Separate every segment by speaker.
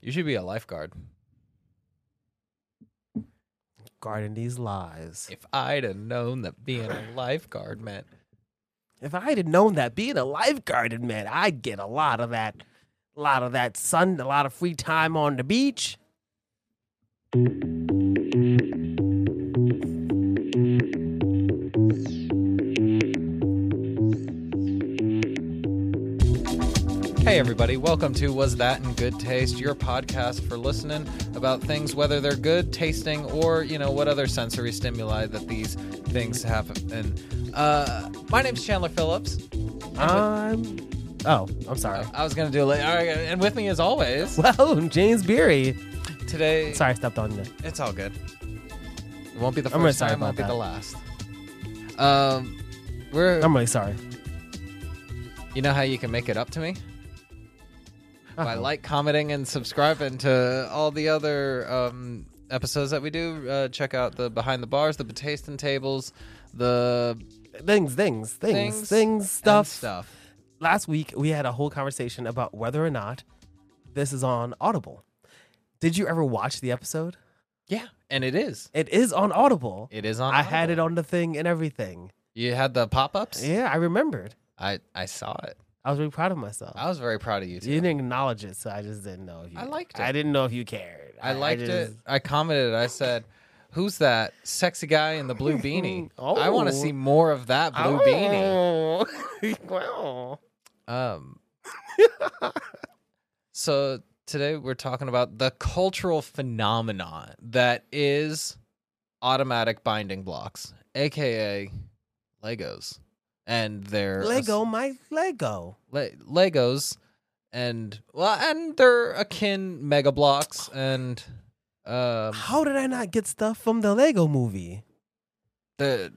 Speaker 1: You should be a lifeguard.
Speaker 2: Guarding these lies.
Speaker 1: If I'd have known that being a lifeguard meant
Speaker 2: If I had known that being a lifeguard man, I'd get a lot of that, a lot of that sun, a lot of free time on the beach.
Speaker 1: Hey, everybody, welcome to Was That in Good Taste, your podcast for listening about things, whether they're good tasting or, you know, what other sensory stimuli that these things happen. And uh, my name's Chandler Phillips.
Speaker 2: I'm. Oh, I'm sorry.
Speaker 1: I was going to do it. All right, and with me, as always,
Speaker 2: Well, James Beery.
Speaker 1: today,
Speaker 2: Sorry, I stepped on you.
Speaker 1: it's all good. It won't be the
Speaker 2: I'm really
Speaker 1: first
Speaker 2: sorry
Speaker 1: time, won't be
Speaker 2: about
Speaker 1: the last. Um, we're,
Speaker 2: I'm really sorry.
Speaker 1: you know how you can make it up to me? by
Speaker 2: Uh-oh.
Speaker 1: like commenting and subscribing to all the other um, episodes that we do. Uh, check out the behind the bars, the tasting tables, the
Speaker 2: things, things, things,
Speaker 1: things,
Speaker 2: things,
Speaker 1: and
Speaker 2: stuff.
Speaker 1: stuff.
Speaker 2: Last week we had a whole conversation about whether or not this is on Audible. Did you ever watch the episode?
Speaker 1: Yeah, and it is.
Speaker 2: It is on Audible.
Speaker 1: It is on.
Speaker 2: I had it on the thing and everything.
Speaker 1: You had the pop ups.
Speaker 2: Yeah, I remembered.
Speaker 1: I I saw it.
Speaker 2: I was really proud of myself.
Speaker 1: I was very proud of you
Speaker 2: you
Speaker 1: too.
Speaker 2: didn't acknowledge it, so I just didn't know if you.
Speaker 1: I liked it.
Speaker 2: I didn't know if you cared.
Speaker 1: I liked it.
Speaker 2: just-
Speaker 1: I commented. I said. Who's that sexy guy in the blue beanie?
Speaker 2: Oh.
Speaker 1: I want to see more of that blue beanie.
Speaker 2: beanie. wow.
Speaker 1: Um, so today we're talking about the cultural phenomenon that is automatic binding blocks, aka Legos, and their
Speaker 2: Lego, my Lego.
Speaker 1: Le- Legos, and well, and they're akin Mega Blocks and um
Speaker 2: How did I not get stuff from the Lego movie
Speaker 1: the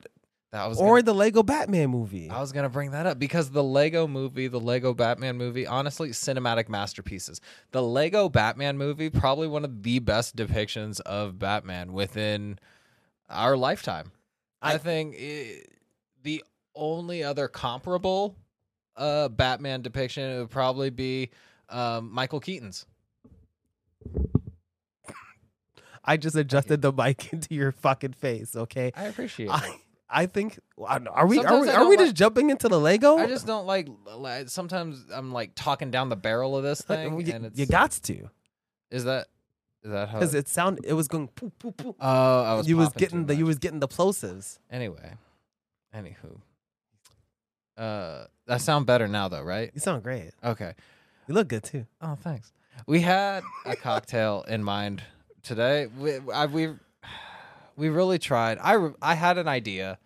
Speaker 1: that was
Speaker 2: or
Speaker 1: gonna-
Speaker 2: the Lego Batman movie?
Speaker 1: I was gonna bring that up because the Lego movie, the Lego Batman movie, honestly, cinematic masterpieces. The Lego Batman movie, probably one of the best depictions of Batman within our lifetime. I,
Speaker 2: I-
Speaker 1: think i the only other comparable uh, Batman depiction would probably be um, Michael Keaton's.
Speaker 2: I just adjusted the mic into your fucking face, okay?
Speaker 1: I appreciate it.
Speaker 2: I, I think I don't know. are we are
Speaker 1: Sometimes
Speaker 2: we,
Speaker 1: I
Speaker 2: are
Speaker 1: don't
Speaker 2: we
Speaker 1: like-
Speaker 2: just jumping into the Lego?
Speaker 1: I just don't like. like, Sometimes I'm like talking down the barrel of this
Speaker 2: Uh,
Speaker 1: thing,
Speaker 2: you,
Speaker 1: and it's
Speaker 2: you got to
Speaker 1: is that is that how?
Speaker 2: because it sound it was going poo poo poo.
Speaker 1: Oh, I was
Speaker 2: you was
Speaker 1: popping
Speaker 2: getting
Speaker 1: too
Speaker 2: the you
Speaker 1: much.
Speaker 2: was getting the plosives.
Speaker 1: Anyway, anywho, uh, I sound better now though, right?
Speaker 2: You sound great.
Speaker 1: Okay.
Speaker 2: You look good too.
Speaker 1: Oh, thanks. We had a cocktail in mind today. We I, we we really tried. I re- I had an idea.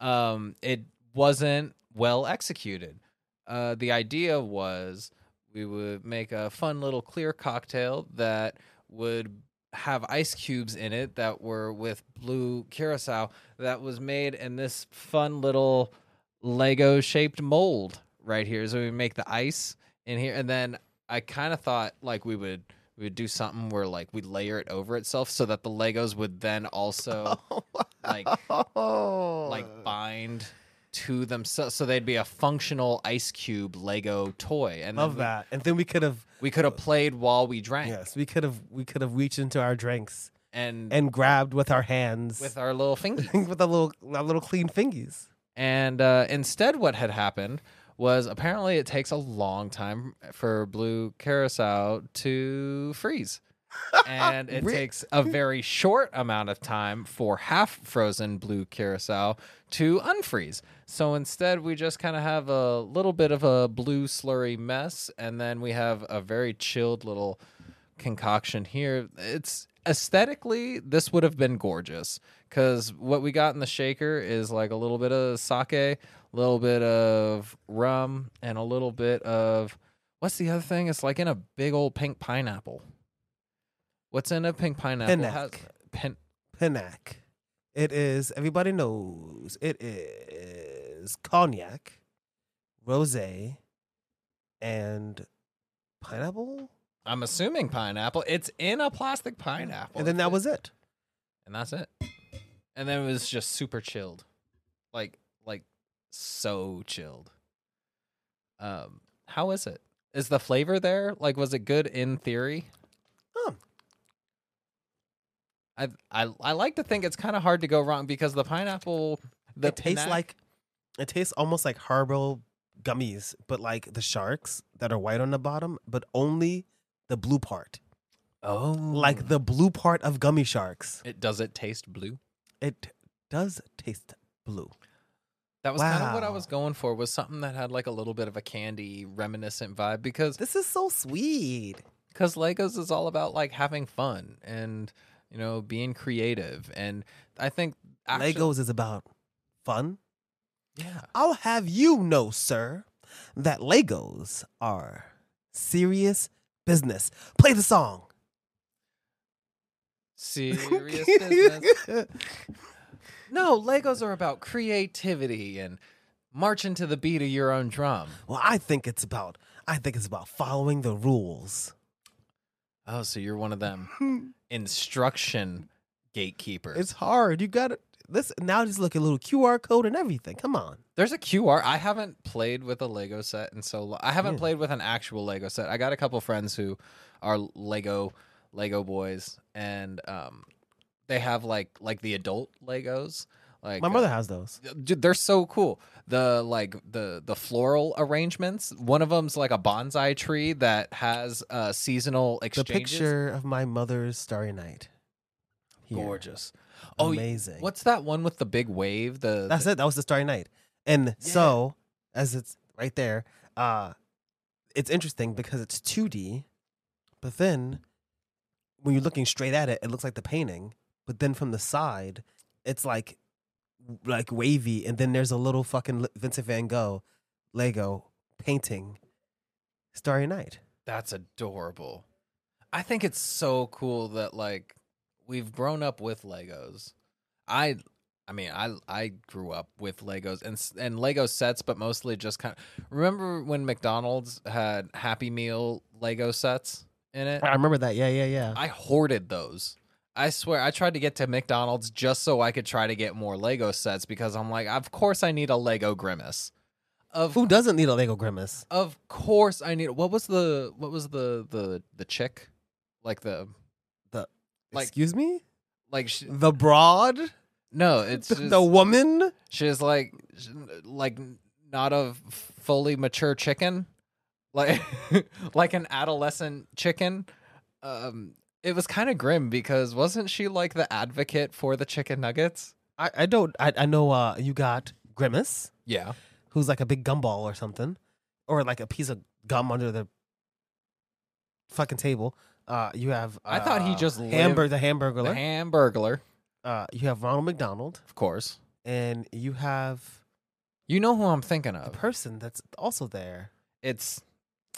Speaker 1: Um, it wasn't well executed. Uh, the idea was we would make a fun little clear cocktail that would have ice cubes in it that were with blue curacao that was made in this fun little Lego shaped mold right here. So we make the ice in here, and then I kind of thought like we would we would do something where like we layer it over itself so that the Legos would then also like
Speaker 2: Oh,
Speaker 1: like bind to themselves so they'd be a functional ice cube Lego toy. And then
Speaker 2: love
Speaker 1: we-
Speaker 2: that. And then we could have
Speaker 1: We, could have played while we drank
Speaker 2: yes, we could have we could have reached into our drinks
Speaker 1: and,
Speaker 2: and grabbed with our hands
Speaker 1: with our little fingers.
Speaker 2: with our little our little clean fingies.
Speaker 1: And uh, instead, what had happened was apparently it takes a long time for blue carousel to freeze. and it
Speaker 2: Re-
Speaker 1: takes a very short amount of time for half frozen blue carousel to unfreeze. So instead, we just kind of have a little bit of a blue slurry mess, and then we have a very chilled little concoction here. It's aesthetically, this would have been gorgeous because what we got in the shaker is like a little bit of sake, a little bit of rum, and a little bit of what's the other thing? It's like in a big old pink pineapple. What's in a pink pineapple?
Speaker 2: Pinac.
Speaker 1: How's- pin-
Speaker 2: Pinac. It is, everybody knows, it is cognac, rose, and pineapple.
Speaker 1: I'm assuming pineapple. It's in a plastic pineapple.
Speaker 2: and then that was it.
Speaker 1: and that's it. And then it was just super chilled, like like so chilled. Um, how is it? Is the flavor there? Like, was it good in theory? I I I like to think it's kind of hard to go wrong because the pineapple the
Speaker 2: it tastes
Speaker 1: pina-
Speaker 2: like it tastes almost like herbal gummies, but like the sharks that are white on the bottom, but only the blue part.
Speaker 1: oh
Speaker 2: Like the blue part of gummy sharks.
Speaker 1: it does it taste blue?
Speaker 2: It does taste blue.
Speaker 1: That was kind of what I
Speaker 2: Wow.
Speaker 1: was going for was something that had like a little bit of a candy reminiscent vibe because
Speaker 2: This is so sweet.
Speaker 1: because Legos is all about like having fun and you know being creative and I think actually,
Speaker 2: Legos is about fun.
Speaker 1: yeah
Speaker 2: I'll have you know, sir, that Legos are serious business. Play the song.
Speaker 1: serious business No, Legos are about creativity and marching to the beat of your own drum.
Speaker 2: well, I think it's about I think it's about following the rules.
Speaker 1: Oh, so you're one of them. Instruction gatekeepers.
Speaker 2: It's hard. You got to this now. Just look at little QR code and everything. Come on.
Speaker 1: There's a QR. I haven't played with a Lego set in so long. I haven't
Speaker 2: Yeah.
Speaker 1: played with an actual Lego set. I got a couple friends who are Lego Lego boys and um they have like like the adult Legos. Like
Speaker 2: My
Speaker 1: uh,
Speaker 2: mother has those.
Speaker 1: Dude, they're so cool. The like the the floral arrangements. One of them's like a bonsai tree that has uh, seasonal
Speaker 2: The
Speaker 1: exchanges.
Speaker 2: picture of my mother's Starry Night. Here.
Speaker 1: gorgeous. Oh, y-
Speaker 2: Amazing.
Speaker 1: what's that one with the big wave? The
Speaker 2: That's
Speaker 1: the-
Speaker 2: it. That was the Starry Night. And so, as it's right there, uh, it's interesting because it's 2D, but then when you're looking straight at it, it looks like the painting. But then from the side, it's like like wavy, and then there's a little fucking Li- Vincent Van Gogh Lego painting Starry Night.
Speaker 1: That's adorable. I think it's so cool that like we've grown up with Legos. I I mean, I I grew up with Legos and s- and Lego sets, but mostly just kind of Remember when McDonald's had Happy Meal Lego sets in it?
Speaker 2: I remember that. Yeah, yeah, yeah.
Speaker 1: I hoarded those. I swear, I tried to get to McDonald's just so I could try to get more Lego sets because I'm like, of course I need a Lego Grimace. Of
Speaker 2: Who doesn't need a Lego grimace?
Speaker 1: of course I need. What was the what was the the the chick, like the Like-
Speaker 2: Excuse me.
Speaker 1: like she,
Speaker 2: The broad,
Speaker 1: no, it's
Speaker 2: the,
Speaker 1: just,
Speaker 2: the woman.
Speaker 1: she's like sh- like not a fully mature chicken, like like an adolescent chicken. Um, it was kind of grim because wasn't she like the advocate for the chicken nuggets?
Speaker 2: I, I don't. I, I know. Uh, you got grimace.
Speaker 1: Yeah.
Speaker 2: who's like a big gumball or something, or like a piece of gum under the fucking table. Uh, you have.
Speaker 1: I thought he
Speaker 2: uh,
Speaker 1: just
Speaker 2: hamburger the hamburger.
Speaker 1: The Hamburglar,
Speaker 2: uh, you have Ronald McDonald,
Speaker 1: of course.
Speaker 2: and you have
Speaker 1: You know who I'm thinking
Speaker 2: the
Speaker 1: of.
Speaker 2: person that's also there.
Speaker 1: It's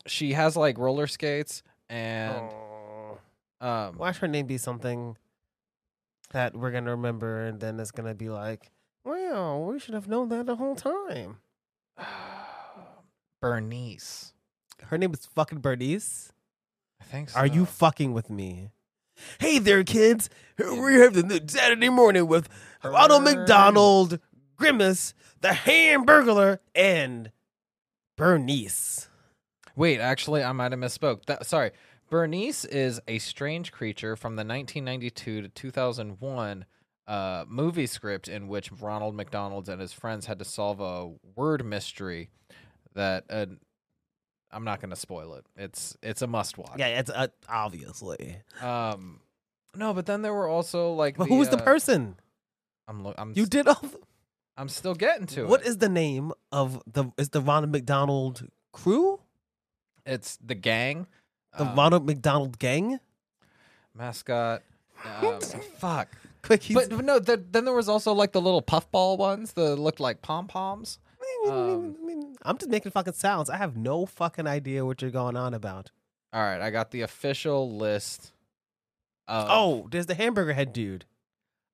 Speaker 1: she has like roller skates and
Speaker 2: Oh.
Speaker 1: um
Speaker 2: why should her name be something that we're gonna remember, and then it's gonna be like, well, we should have known that the whole time.
Speaker 1: Bernice.
Speaker 2: Her name is fucking Bernice.
Speaker 1: I think so.
Speaker 2: Are you fucking with me? Hey there, kids. We have the new Saturday morning with Ronald McDonald, Grimace, the Hamburglar, and Bernice.
Speaker 1: Wait, actually I might have misspoke. That sorry. Bernice is a strange creature from the 1992 to 2001 uh, movie script in which Ronald McDonald and his friends had to solve a word mystery that uh, I'm not going to spoil it. It's it's a must watch.
Speaker 2: Yeah, it's uh, obviously.
Speaker 1: Um, no, but then there were also like.
Speaker 2: But who's the
Speaker 1: uh,
Speaker 2: person?
Speaker 1: I'm. lo- I'm.
Speaker 2: You
Speaker 1: s-
Speaker 2: did all. The,
Speaker 1: I'm still getting to
Speaker 2: what
Speaker 1: it.
Speaker 2: is the name of the? Is the Ronald McDonald crew?
Speaker 1: It's the gang.
Speaker 2: The
Speaker 1: um,
Speaker 2: Ronald McDonald gang?
Speaker 1: mascot. Um, fuck.
Speaker 2: Quick, he's,
Speaker 1: But, but no. The, then there was also like the little puffball ones that looked like pom poms. um,
Speaker 2: I'm just making fucking sounds. I have no fucking idea what you're going on about.
Speaker 1: All right, I got the official list. Of,
Speaker 2: Oh, there's the hamburger head dude.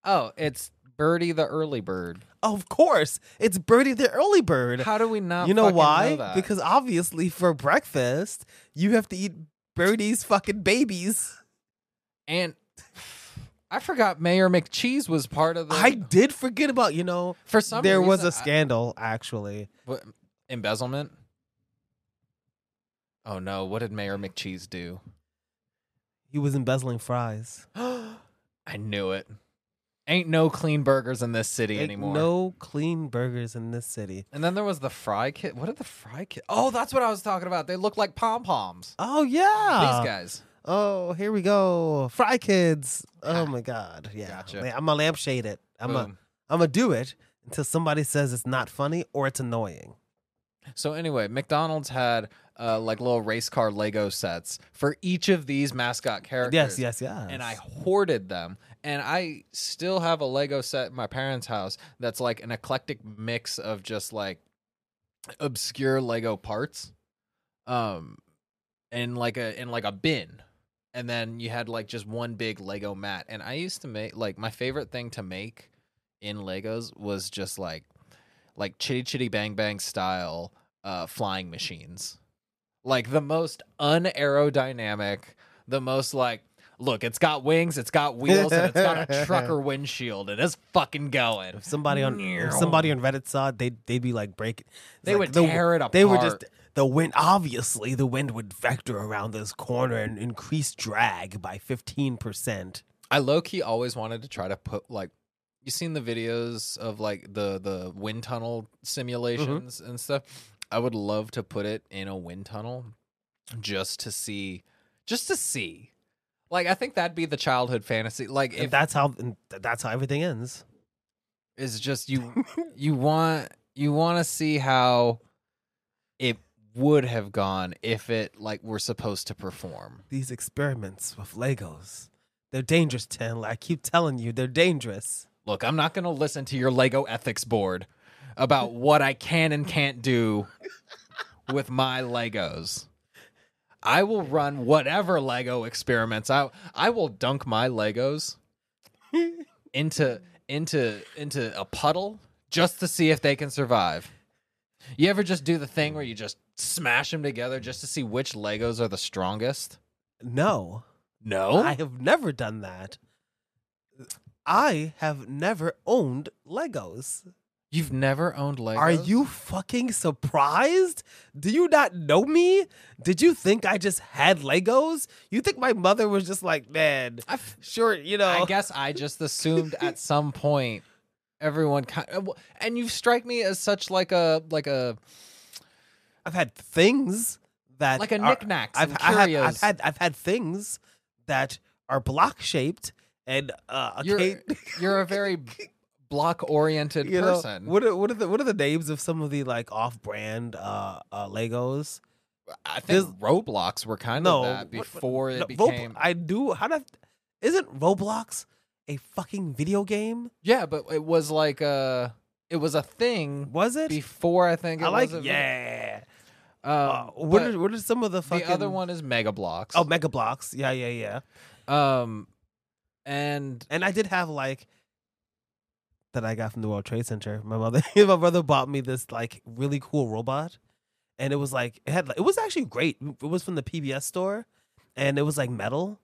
Speaker 1: oh, it's Birdie the early bird.
Speaker 2: Of course, it's Birdie the early bird.
Speaker 1: How do we not?
Speaker 2: you know
Speaker 1: fucking
Speaker 2: why?
Speaker 1: that?
Speaker 2: because obviously, for breakfast, you have to eat Birdie's fucking babies.
Speaker 1: and I forgot Mayor McCheese was part of the.
Speaker 2: I did forget about you know.
Speaker 1: for some
Speaker 2: there was
Speaker 1: reason,
Speaker 2: a
Speaker 1: I-
Speaker 2: scandal actually.
Speaker 1: What embezzlement? Oh no! What did Mayor McCheese do?
Speaker 2: He was embezzling fries.
Speaker 1: I knew it. Ain't no clean burgers in this city
Speaker 2: Ain't
Speaker 1: anymore.
Speaker 2: No clean burgers in this city.
Speaker 1: And then there was the fry kit. What are the fry kit? Oh, that's what I was talking about. They look like pom poms.
Speaker 2: Oh yeah.
Speaker 1: These guys.
Speaker 2: Oh, here we go. Fry kids.
Speaker 1: Ah.
Speaker 2: Oh my god. Yeah.
Speaker 1: Gotcha.
Speaker 2: Man, I'm gonna lampshade it. I'm gonna
Speaker 1: Boom.
Speaker 2: I'm gonna do it until somebody says it's not funny or it's annoying.
Speaker 1: So anyway, McDonald's had uh, like little race car Lego sets for each of these mascot characters.
Speaker 2: Yes, yes, yes.
Speaker 1: and I hoarded them. And I still have a Lego set in my parents' house that's like an eclectic mix of just like obscure Lego parts, um, in like a in like a bin. And then you had like just one big Lego mat. And I used to make like my favorite thing to make in Legos was just like like chitty chitty bang bang style uh, flying machines, like the most unaerodynamic, the most like look, it's got wings, it's got wheels, and it's got a trucker windshield, and it's fucking going.
Speaker 2: if somebody on if somebody on Reddit saw it, they'd they'd be like break
Speaker 1: They
Speaker 2: like
Speaker 1: would
Speaker 2: the-
Speaker 1: tear it apart.
Speaker 2: They were just the wind. Obviously, the wind would vector around this corner and increase drag by fifteen percent.
Speaker 1: I low key always wanted to try to put like you seen the videos of like the the wind tunnel simulations and stuff. I would love to put it in a wind tunnel just to see just to see. Like I think that'd be the childhood fantasy. Like
Speaker 2: And
Speaker 1: if
Speaker 2: that's how and th- that's how everything ends.
Speaker 1: it's just you you want you want to see how it would have gone if it like were supposed to perform.
Speaker 2: These experiments with Legos, they're dangerous, Tan. I keep telling you, they're dangerous.
Speaker 1: Look, I'm not going to listen to your Lego ethics board about what I can and can't do with my Legos. I will run whatever Lego experiments. I I will dunk my Legos into into into a puddle just to see if they can survive. You ever just do the thing where you just smash them together just to see which Legos are the strongest?
Speaker 2: No,
Speaker 1: No.
Speaker 2: I have never done that. I have never owned Legos.
Speaker 1: You've never owned Legos?
Speaker 2: Are you fucking surprised? Do you not know me? Did you think I just had Legos? You think my mother was just like, man,
Speaker 1: I've
Speaker 2: sure, you know.
Speaker 1: I guess I just assumed at some point everyone kind and you strike me as such like a like a
Speaker 2: I've had things that
Speaker 1: like a
Speaker 2: are-
Speaker 1: knickknacks
Speaker 2: I've,
Speaker 1: and
Speaker 2: I have,
Speaker 1: curios.
Speaker 2: I've had I've had things that are block shaped and uh,
Speaker 1: you're
Speaker 2: occa-
Speaker 1: you're a very block oriented
Speaker 2: you know,
Speaker 1: person.
Speaker 2: what are what are the what are the names of some of the like off brand uh, uh Legos?
Speaker 1: I think
Speaker 2: this-
Speaker 1: Roblox were kind of
Speaker 2: No,
Speaker 1: that
Speaker 2: what- what-
Speaker 1: before it
Speaker 2: No, Robl-
Speaker 1: became.
Speaker 2: I do. How do? Isn't Roblox a fucking video game?
Speaker 1: yeah, but it was like uh it was a thing
Speaker 2: Was it?
Speaker 1: before I think. It
Speaker 2: I like.
Speaker 1: was a,
Speaker 2: Yeah.
Speaker 1: Um,
Speaker 2: Uh, what
Speaker 1: but
Speaker 2: are what are some of the fucking
Speaker 1: the other one is Mega Blocks.
Speaker 2: Oh, Mega Blocks. Yeah, yeah, yeah.
Speaker 1: um, and
Speaker 2: And I did have like that I got from the World Trade Center. My mother, my brother bought me this like really cool robot, and it was like it had like, it was actually great. It was from the PBS store, and it was like metal,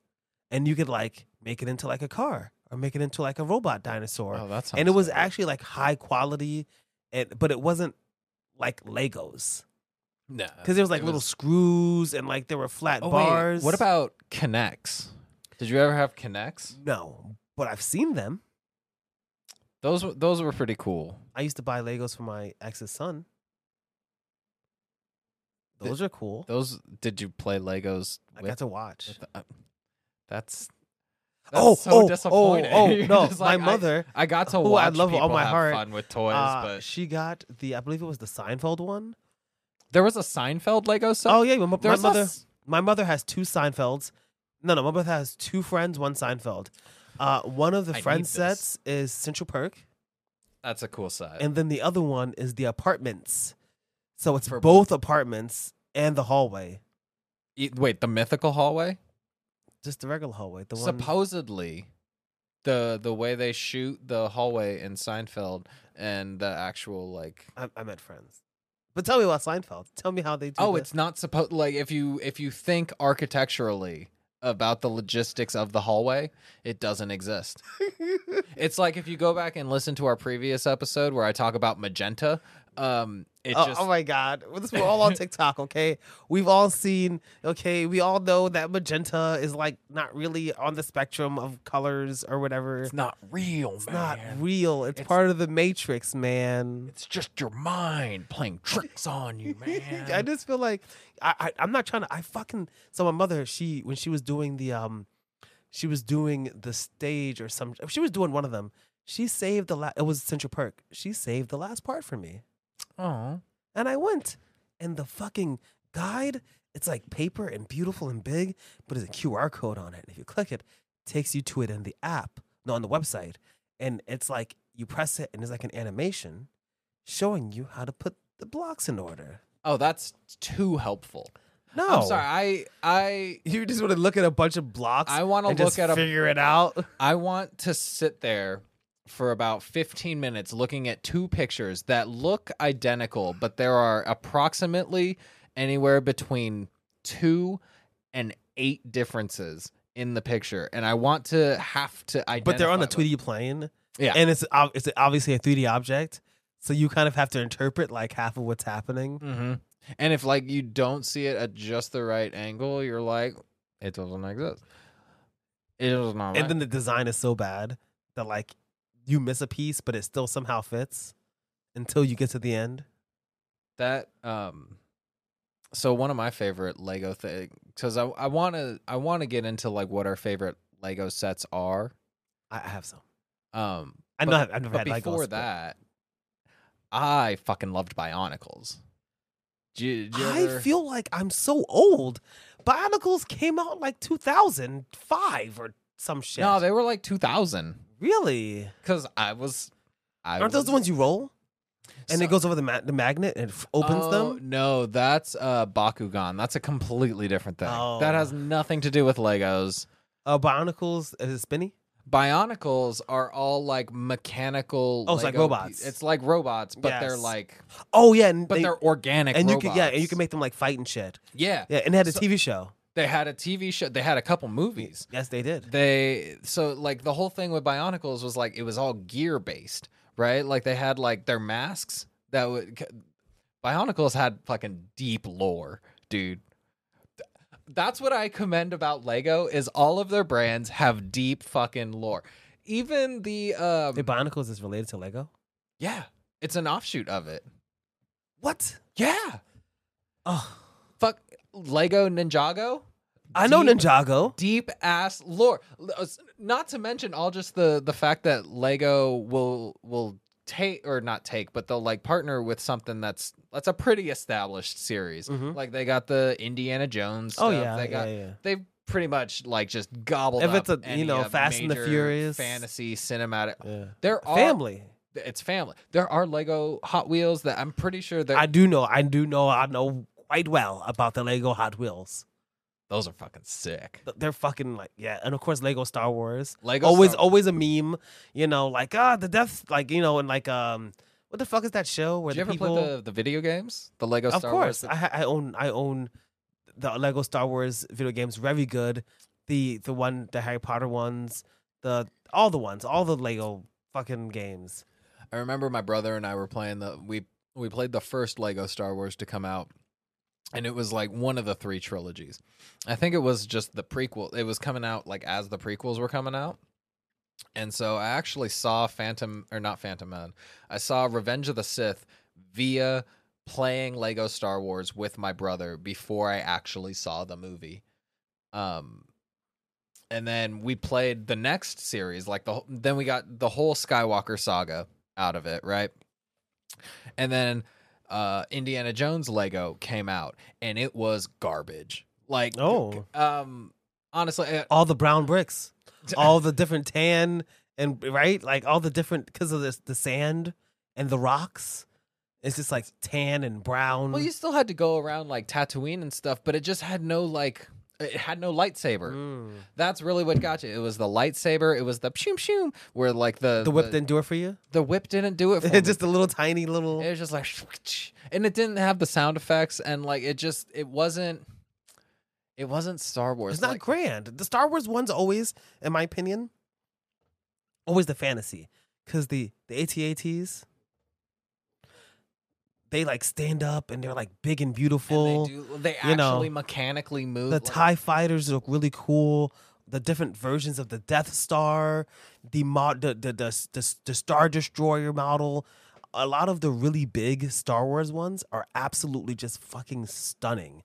Speaker 2: and you could like make it into like a car or make it into like a robot dinosaur.
Speaker 1: oh, that's
Speaker 2: and it was actually like high quality, and but it wasn't like Legos
Speaker 1: no
Speaker 2: because there was like
Speaker 1: it Oh,
Speaker 2: little screws and like there were flat bars.
Speaker 1: Wait, what about Connects? Did you ever have Connects?
Speaker 2: no? But I've seen them.
Speaker 1: Those were- those were pretty cool.
Speaker 2: I used to buy Legos for my ex's son.
Speaker 1: Th-
Speaker 2: Those are cool.
Speaker 1: Those did you play Legos
Speaker 2: I
Speaker 1: with?
Speaker 2: got to watch.
Speaker 1: with- uh, that's, that's
Speaker 2: Oh,
Speaker 1: so
Speaker 2: oh, oh,
Speaker 1: disappointing.
Speaker 2: oh,
Speaker 1: You're
Speaker 2: no!
Speaker 1: just
Speaker 2: My
Speaker 1: like, I-
Speaker 2: mother,
Speaker 1: I, got to
Speaker 2: who I
Speaker 1: watch
Speaker 2: love with all
Speaker 1: people
Speaker 2: my
Speaker 1: have
Speaker 2: heart,
Speaker 1: fun with toys,
Speaker 2: uh,
Speaker 1: but
Speaker 2: she got the I believe it was the Seinfeld one.
Speaker 1: there was a Seinfeld Lego set.
Speaker 2: oh yeah, my, mo- my
Speaker 1: There's a
Speaker 2: mother.
Speaker 1: s-
Speaker 2: My mother has two Seinfelds. No, no, my mother has two friends, one Seinfeld. Uh, one of the
Speaker 1: I need
Speaker 2: friend
Speaker 1: this.
Speaker 2: sets is Central Perk,
Speaker 1: That's a cool set.
Speaker 2: and then the other one is the apartments. So it's
Speaker 1: For-
Speaker 2: both apartments and the hallway,
Speaker 1: E- Wait, the mythical hallway.
Speaker 2: just the regular hallway. The one.
Speaker 1: Supposedly, the the way they shoot the hallway in Seinfeld and the actual like
Speaker 2: I, I meant friends. But tell me about Seinfeld. Tell me how they do.
Speaker 1: oh
Speaker 2: the-
Speaker 1: it's not supposed like if you if you think architecturally about the logistics of the hallway it doesn't exist it's like if you go back and listen to our previous episode where i talk about magenta um It
Speaker 2: oh,
Speaker 1: just
Speaker 2: oh my god, Well, this we're all on TikTok. Okay, we've all seen. Okay, we all know that magenta is like not really on the spectrum of colors or whatever.
Speaker 3: It's not real,
Speaker 2: It's not
Speaker 3: man.
Speaker 2: real. It's,
Speaker 3: It's-
Speaker 2: part of the matrix, man.
Speaker 3: It's just your mind playing tricks on you, man.
Speaker 2: I just feel like I, I I'm not trying to. I fucking so my mother she when she was doing the um she was doing the stage or some she was doing one of them. She saved the last. It was Central Park. She saved the last part for me.
Speaker 3: Oh,
Speaker 2: And I went. And the fucking guide, it's like paper and beautiful and big, but there's a QR code on it. And if you click it, it takes you to it in the app, no, on the website. And it's like you press it and it's like an animation showing you how to put the blocks in order.
Speaker 1: oh, that's too helpful.
Speaker 2: No.
Speaker 1: I'm sorry. I
Speaker 2: You just want to look at a bunch of blocks.
Speaker 1: I I want
Speaker 2: and
Speaker 1: to
Speaker 2: just
Speaker 1: look at a.
Speaker 2: figure it out.
Speaker 1: I want to sit there for about 15 minutes looking at two pictures that look identical, but there are approximately anywhere between two and eight differences in the picture, and I want to have to identify.
Speaker 2: But they're on a
Speaker 1: them.
Speaker 2: 2D plane.
Speaker 1: Yeah.
Speaker 2: And it's ob- it's obviously a 3D object, so you kind of have to interpret like half of what's happening.
Speaker 1: Mm-hmm. And if like you don't see it at just the right angle, you're like, it doesn't exist. It does not.
Speaker 2: And then the design is so bad that like you miss a piece, but it still somehow fits until you get to the end.
Speaker 1: that um so one of my favorite lego thing because i i want to i want to get into like what our favorite lego sets are
Speaker 2: I I have some.
Speaker 1: um
Speaker 2: I
Speaker 1: but-
Speaker 2: know I've, I've never
Speaker 1: but
Speaker 2: had Legos,
Speaker 1: before
Speaker 2: but-
Speaker 1: that i fucking loved bionicles Did you- did you
Speaker 2: I
Speaker 1: ever-
Speaker 2: feel like I'm so old. Bionicles came out like 2005 or some shit.
Speaker 1: no they were like 2000
Speaker 2: really
Speaker 1: because i was I
Speaker 2: aren't those the
Speaker 1: was-
Speaker 2: ones you roll and
Speaker 1: So-
Speaker 2: it goes over the ma- the magnet and it f- opens
Speaker 1: Oh,
Speaker 2: them?
Speaker 1: no that's uh bakugan that's a completely different thing that
Speaker 2: Oh.
Speaker 1: has nothing to do with legos
Speaker 2: Uh, Bionicles is it spinny?
Speaker 1: Bionicles are all like mechanical.
Speaker 2: Oh, it's like
Speaker 1: Lego pe-
Speaker 2: robots.
Speaker 1: It's like robots, but they're
Speaker 2: Yes.
Speaker 1: like,
Speaker 2: Oh yeah, and
Speaker 1: but
Speaker 2: they,
Speaker 1: they, are organic.
Speaker 2: and you
Speaker 1: robots.
Speaker 2: can yeah, and you can make them like fight and shit.
Speaker 1: yeah.
Speaker 2: Yeah, and they had a
Speaker 1: So-
Speaker 2: TV show.
Speaker 1: They had a TV show. They had a couple movies.
Speaker 2: Yes, they did.
Speaker 1: They so like the whole thing with Bionicles was like it was all gear based, right? Like they had like their masks that would. c- Bionicles had fucking deep lore, dude. Th- That's what I commend about Lego is all of their brands have deep fucking lore. Even the um,
Speaker 2: The Bionicles is related to Lego.
Speaker 1: Yeah. It's an offshoot of it.
Speaker 2: What?
Speaker 1: Yeah.
Speaker 2: Oh,
Speaker 1: Fuck Lego Ninjago.
Speaker 2: I know
Speaker 1: Deep-
Speaker 2: Ninjago.
Speaker 1: Deep ass lore. L- uh, s- Not to mention all just the the fact that Lego will will take or not take, but they'll like partner with something that's that's a pretty established series.
Speaker 2: Mhm.
Speaker 1: Like they got the Indiana Jones.
Speaker 2: Oh
Speaker 1: stuff,
Speaker 2: yeah,
Speaker 1: they got
Speaker 2: yeah, yeah.
Speaker 1: they've pretty much like just gobbled
Speaker 2: If
Speaker 1: up
Speaker 2: it's a, you
Speaker 1: any
Speaker 2: know,
Speaker 1: of
Speaker 2: Fast and the
Speaker 1: major
Speaker 2: Furious.
Speaker 1: fantasy cinematic.
Speaker 2: yeah.
Speaker 1: There are
Speaker 2: Family.
Speaker 1: It's family. There are Lego Hot Wheels that I'm pretty sure that
Speaker 2: I do know. I do know. I know quite well about the Lego Hot Wheels.
Speaker 1: those are fucking sick.
Speaker 2: Th- They're fucking like yeah, and of course Lego Star Wars.
Speaker 1: Lego
Speaker 2: always,
Speaker 1: Star-
Speaker 2: always a meme. You know, like ah, the death, like you know, and like um, what the fuck is that show where
Speaker 1: Did you
Speaker 2: the
Speaker 1: ever
Speaker 2: people?
Speaker 1: play the, the video games? The Lego
Speaker 2: of
Speaker 1: Star
Speaker 2: course,
Speaker 1: Wars?
Speaker 2: I, ha- I own, I own the Lego Star Wars video games. Very good. The the one, the Harry Potter ones, the all the ones, all the Lego fucking games.
Speaker 1: I remember my brother and I were playing the we we played the first Lego Star Wars to come out. And it was like one of the three trilogies. I think it was just the prequel. It was coming out like as the prequels were coming out. And so I actually saw Phantom or not Phantom Man. I saw Revenge of the Sith via playing Lego Star Wars with my brother before I actually saw the movie. Um and then we played the next series like the whole- then we got the whole Skywalker saga out of it, right? And then uh Indiana Jones Lego came out and it was garbage. Like
Speaker 2: Oh.
Speaker 1: um honestly uh,
Speaker 2: all the brown bricks, all the different tan and right, like all the different because of this the sand and the rocks. It's just like tan and brown.
Speaker 1: Well, you still had to go around like Tatooine and stuff, but it just had no like it had no lightsaber.
Speaker 2: Mm.
Speaker 1: That's really what got you. It was the lightsaber. It was the shoom shoom where like the
Speaker 2: The whip didn't do it for you.
Speaker 1: the whip didn't do it for me.
Speaker 2: It's just a little tiny little.
Speaker 1: It was just like, and it didn't have the sound effects, and like it just it wasn't, it wasn't Star Wars.
Speaker 2: It's not
Speaker 1: like,
Speaker 2: grand. The Star Wars one's always, in my opinion, always the fantasy because the the ATATs, they like stand up and they're like big and beautiful.
Speaker 1: And they do. They
Speaker 2: you know,
Speaker 1: actually mechanically move.
Speaker 2: the
Speaker 1: like-
Speaker 2: TIE fighters look really cool. The different versions of the Death Star, the mod, the the, the, the, the Star Destroyer model, a lot of the really big Star Wars ones are absolutely just fucking stunning.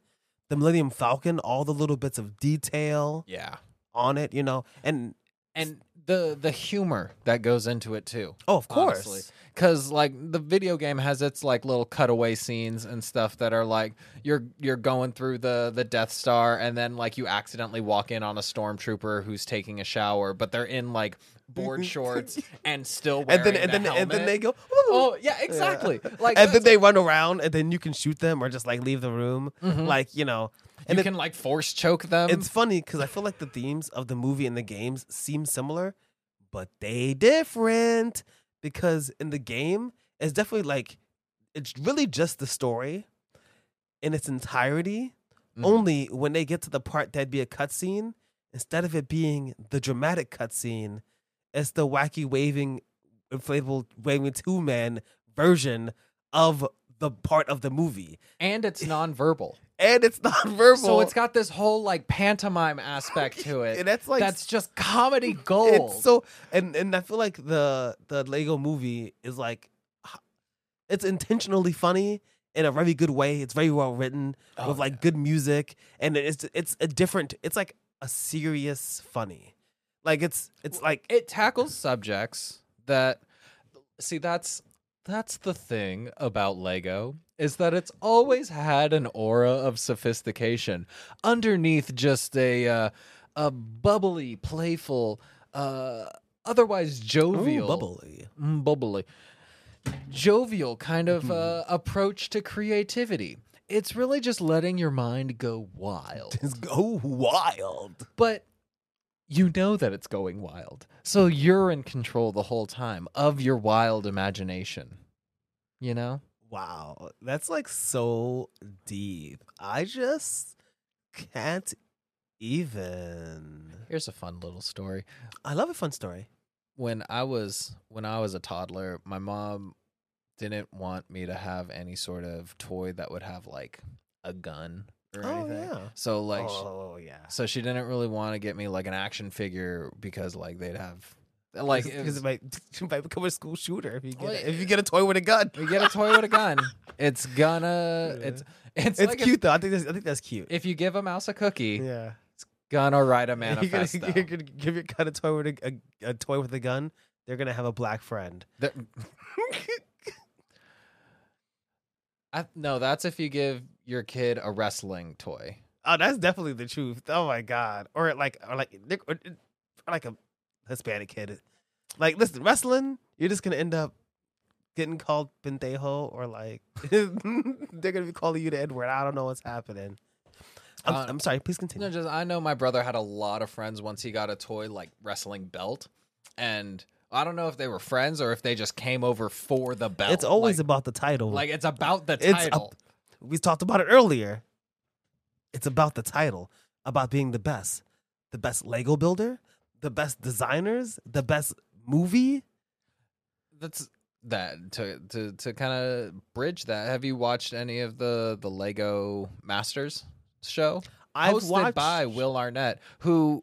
Speaker 2: The Millennium Falcon, all the little bits of detail
Speaker 1: yeah,
Speaker 2: on it, you know, and
Speaker 1: and the the humor that goes into it too.
Speaker 2: oh, of course,
Speaker 1: because like the video game has its like little cutaway scenes and stuff that are like you're you're going through the the Death Star and then like you accidentally walk in on a stormtrooper who's taking a shower, but they're in like board shorts and still wearing
Speaker 2: and then and
Speaker 1: the
Speaker 2: then and then
Speaker 1: helmet.
Speaker 2: they go,
Speaker 1: oh yeah exactly like
Speaker 2: and then
Speaker 1: that's-
Speaker 2: they run around, and then you can shoot them or just like leave the room,
Speaker 1: Mhm.
Speaker 2: like you know, and
Speaker 1: you
Speaker 2: it-
Speaker 1: can like force choke them.
Speaker 2: it's funny because I feel like the themes of the movie and the games seem similar, but they different. Because in the game, it's definitely like it's really just the story in its entirety.
Speaker 1: Mhm.
Speaker 2: Only when they get to the part that'd be a cutscene, instead of it being the dramatic cutscene, it's the wacky waving inflatable waving two man version of the part of the movie.
Speaker 1: and it's nonverbal.
Speaker 2: And it's not verbal.
Speaker 1: So it's got this whole like pantomime aspect to it.
Speaker 2: And that's like
Speaker 1: that's just comedy gold.
Speaker 2: it's so and and I feel like the the Lego movie is like h- it's intentionally funny in a very good way. It's very well written
Speaker 1: Oh,
Speaker 2: with like good music and it's it's a different it's like a serious funny. Like it's it's like
Speaker 1: it tackles subjects that see that's that's the thing about Lego is that it's always had an aura of sophistication underneath just a uh, a bubbly, playful, uh, otherwise jovial,
Speaker 2: Ooh, bubbly.
Speaker 1: mm, bubbly, jovial kind of uh, approach to creativity. It's really just letting your mind go wild
Speaker 2: Just go wild.
Speaker 1: but you know that it's going wild. So you're in control the whole time of your wild imagination. You know?
Speaker 2: Wow. That's like so deep. I just can't even.
Speaker 1: Here's a fun little story.
Speaker 2: I love a fun story.
Speaker 1: When I was when I was a toddler, my mom didn't want me to have any sort of toy that would have like a gun or
Speaker 2: Oh,
Speaker 1: anything.
Speaker 2: yeah.
Speaker 1: So like she-
Speaker 2: oh yeah.
Speaker 1: so she didn't really want to get me like an action figure because like they'd have like it
Speaker 2: because
Speaker 1: was-
Speaker 2: it might you might become a school shooter if you get
Speaker 1: Well,
Speaker 2: a, if you get a toy with a gun.
Speaker 1: you get a toy with a gun, it's gonna
Speaker 2: Yeah.
Speaker 1: it's it's,
Speaker 2: It's
Speaker 1: like a-
Speaker 2: cute though. I think that's, I think that's cute.
Speaker 1: If you give a mouse a cookie,
Speaker 2: yeah,
Speaker 1: gonna write a
Speaker 2: you're gonna,
Speaker 1: manifesto.
Speaker 2: you're gonna give your gun a toy with a, a, a toy with a gun. They're gonna have a black friend.
Speaker 1: The- I, no, that's if you give your kid a wrestling toy.
Speaker 2: oh, that's definitely the truth. Oh my god, or like or like or like a Hispanic kid. Like, listen, wrestling, you're just gonna end up getting called pendejo, or like they're gonna be calling you the N word. I don't know what's happening. I'm,
Speaker 1: Uh,
Speaker 2: I'm sorry. Please continue.
Speaker 1: No, just I know my brother had a lot of friends once he got a toy like wrestling belt, and I don't know if they were friends or if they just came over for the belt.
Speaker 2: It's always
Speaker 1: like,
Speaker 2: about the title.
Speaker 1: like it's about the
Speaker 2: It's a-
Speaker 1: title.
Speaker 2: we talked about it earlier. It's about the title, about being the best, the best Lego builder, the best designers, the best movie.
Speaker 1: that's that to to to kind of bridge that. Have you watched any of the the Lego Masters show?
Speaker 2: I've
Speaker 1: hosted
Speaker 2: watched
Speaker 1: by Will Arnett, who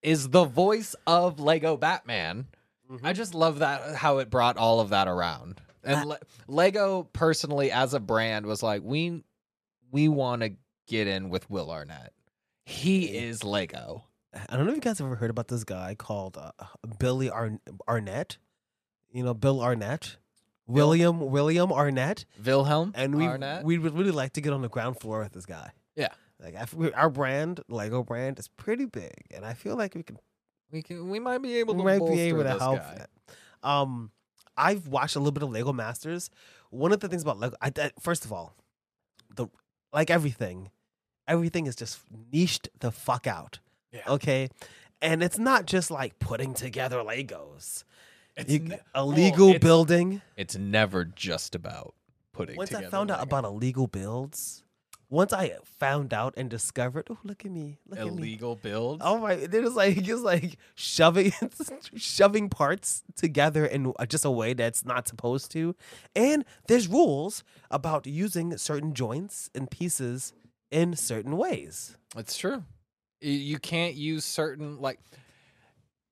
Speaker 1: is the voice of Lego Batman.
Speaker 2: Mhm.
Speaker 1: I just love that how it brought all of that around. And Le- Lego personally as a brand was like, we we want to get in with Will Arnett. He is Lego.
Speaker 2: I don't know if you guys ever heard about this guy called uh, Billy Arn- Arnett. You know, Bill Arnett, William William Arnett,
Speaker 1: Wilhelm
Speaker 2: and we
Speaker 1: Arnett.
Speaker 2: we would really like to get on the ground floor with this guy.
Speaker 1: Yeah.
Speaker 2: like I f- we- our brand, Lego brand, is pretty big, and I feel like we can
Speaker 1: we can, we might be able
Speaker 2: we
Speaker 1: to
Speaker 2: might be able to
Speaker 1: this
Speaker 2: help.
Speaker 1: guy.
Speaker 2: Um, I've watched a little bit of Lego Masters. One of the things about Lego, I, I- first of all, the like everything, everything is just niched the fuck out.
Speaker 3: Yeah.
Speaker 2: Okay, and it's not just like putting together Legos.
Speaker 3: It's
Speaker 2: You,
Speaker 3: ne-
Speaker 1: oh,
Speaker 2: a legal
Speaker 3: it's-
Speaker 2: building.
Speaker 1: It's never just about putting
Speaker 2: Once I
Speaker 1: together
Speaker 2: found out
Speaker 1: Lego.
Speaker 2: about illegal builds, once I found out and discovered, oh look at me, look at me.
Speaker 1: Illegal builds.
Speaker 2: Oh my! They're just like just like shoving shoving parts together in a- just a way that's not supposed to, and there's rules about using certain joints and pieces in certain ways.
Speaker 1: It's true. Y- You can't use certain like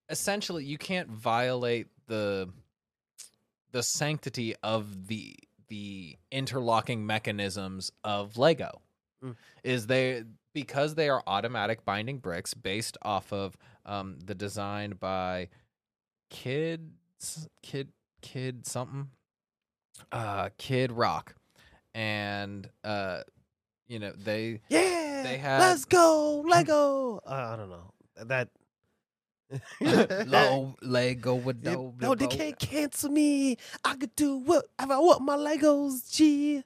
Speaker 1: essentially you can't violate the the sanctity of the the interlocking mechanisms of Lego.
Speaker 2: Mm.
Speaker 1: Is they because they are automatic binding bricks based off of um, the design by kids kid kid something uh kid rock and uh you know they
Speaker 2: Yeah,
Speaker 1: They had-
Speaker 2: let's go Lego. Uh, I don't know that.
Speaker 1: Low Lego with
Speaker 2: Yeah,
Speaker 1: no.
Speaker 2: no, they can't cancel me. I could do whatever I want. My Legos, G.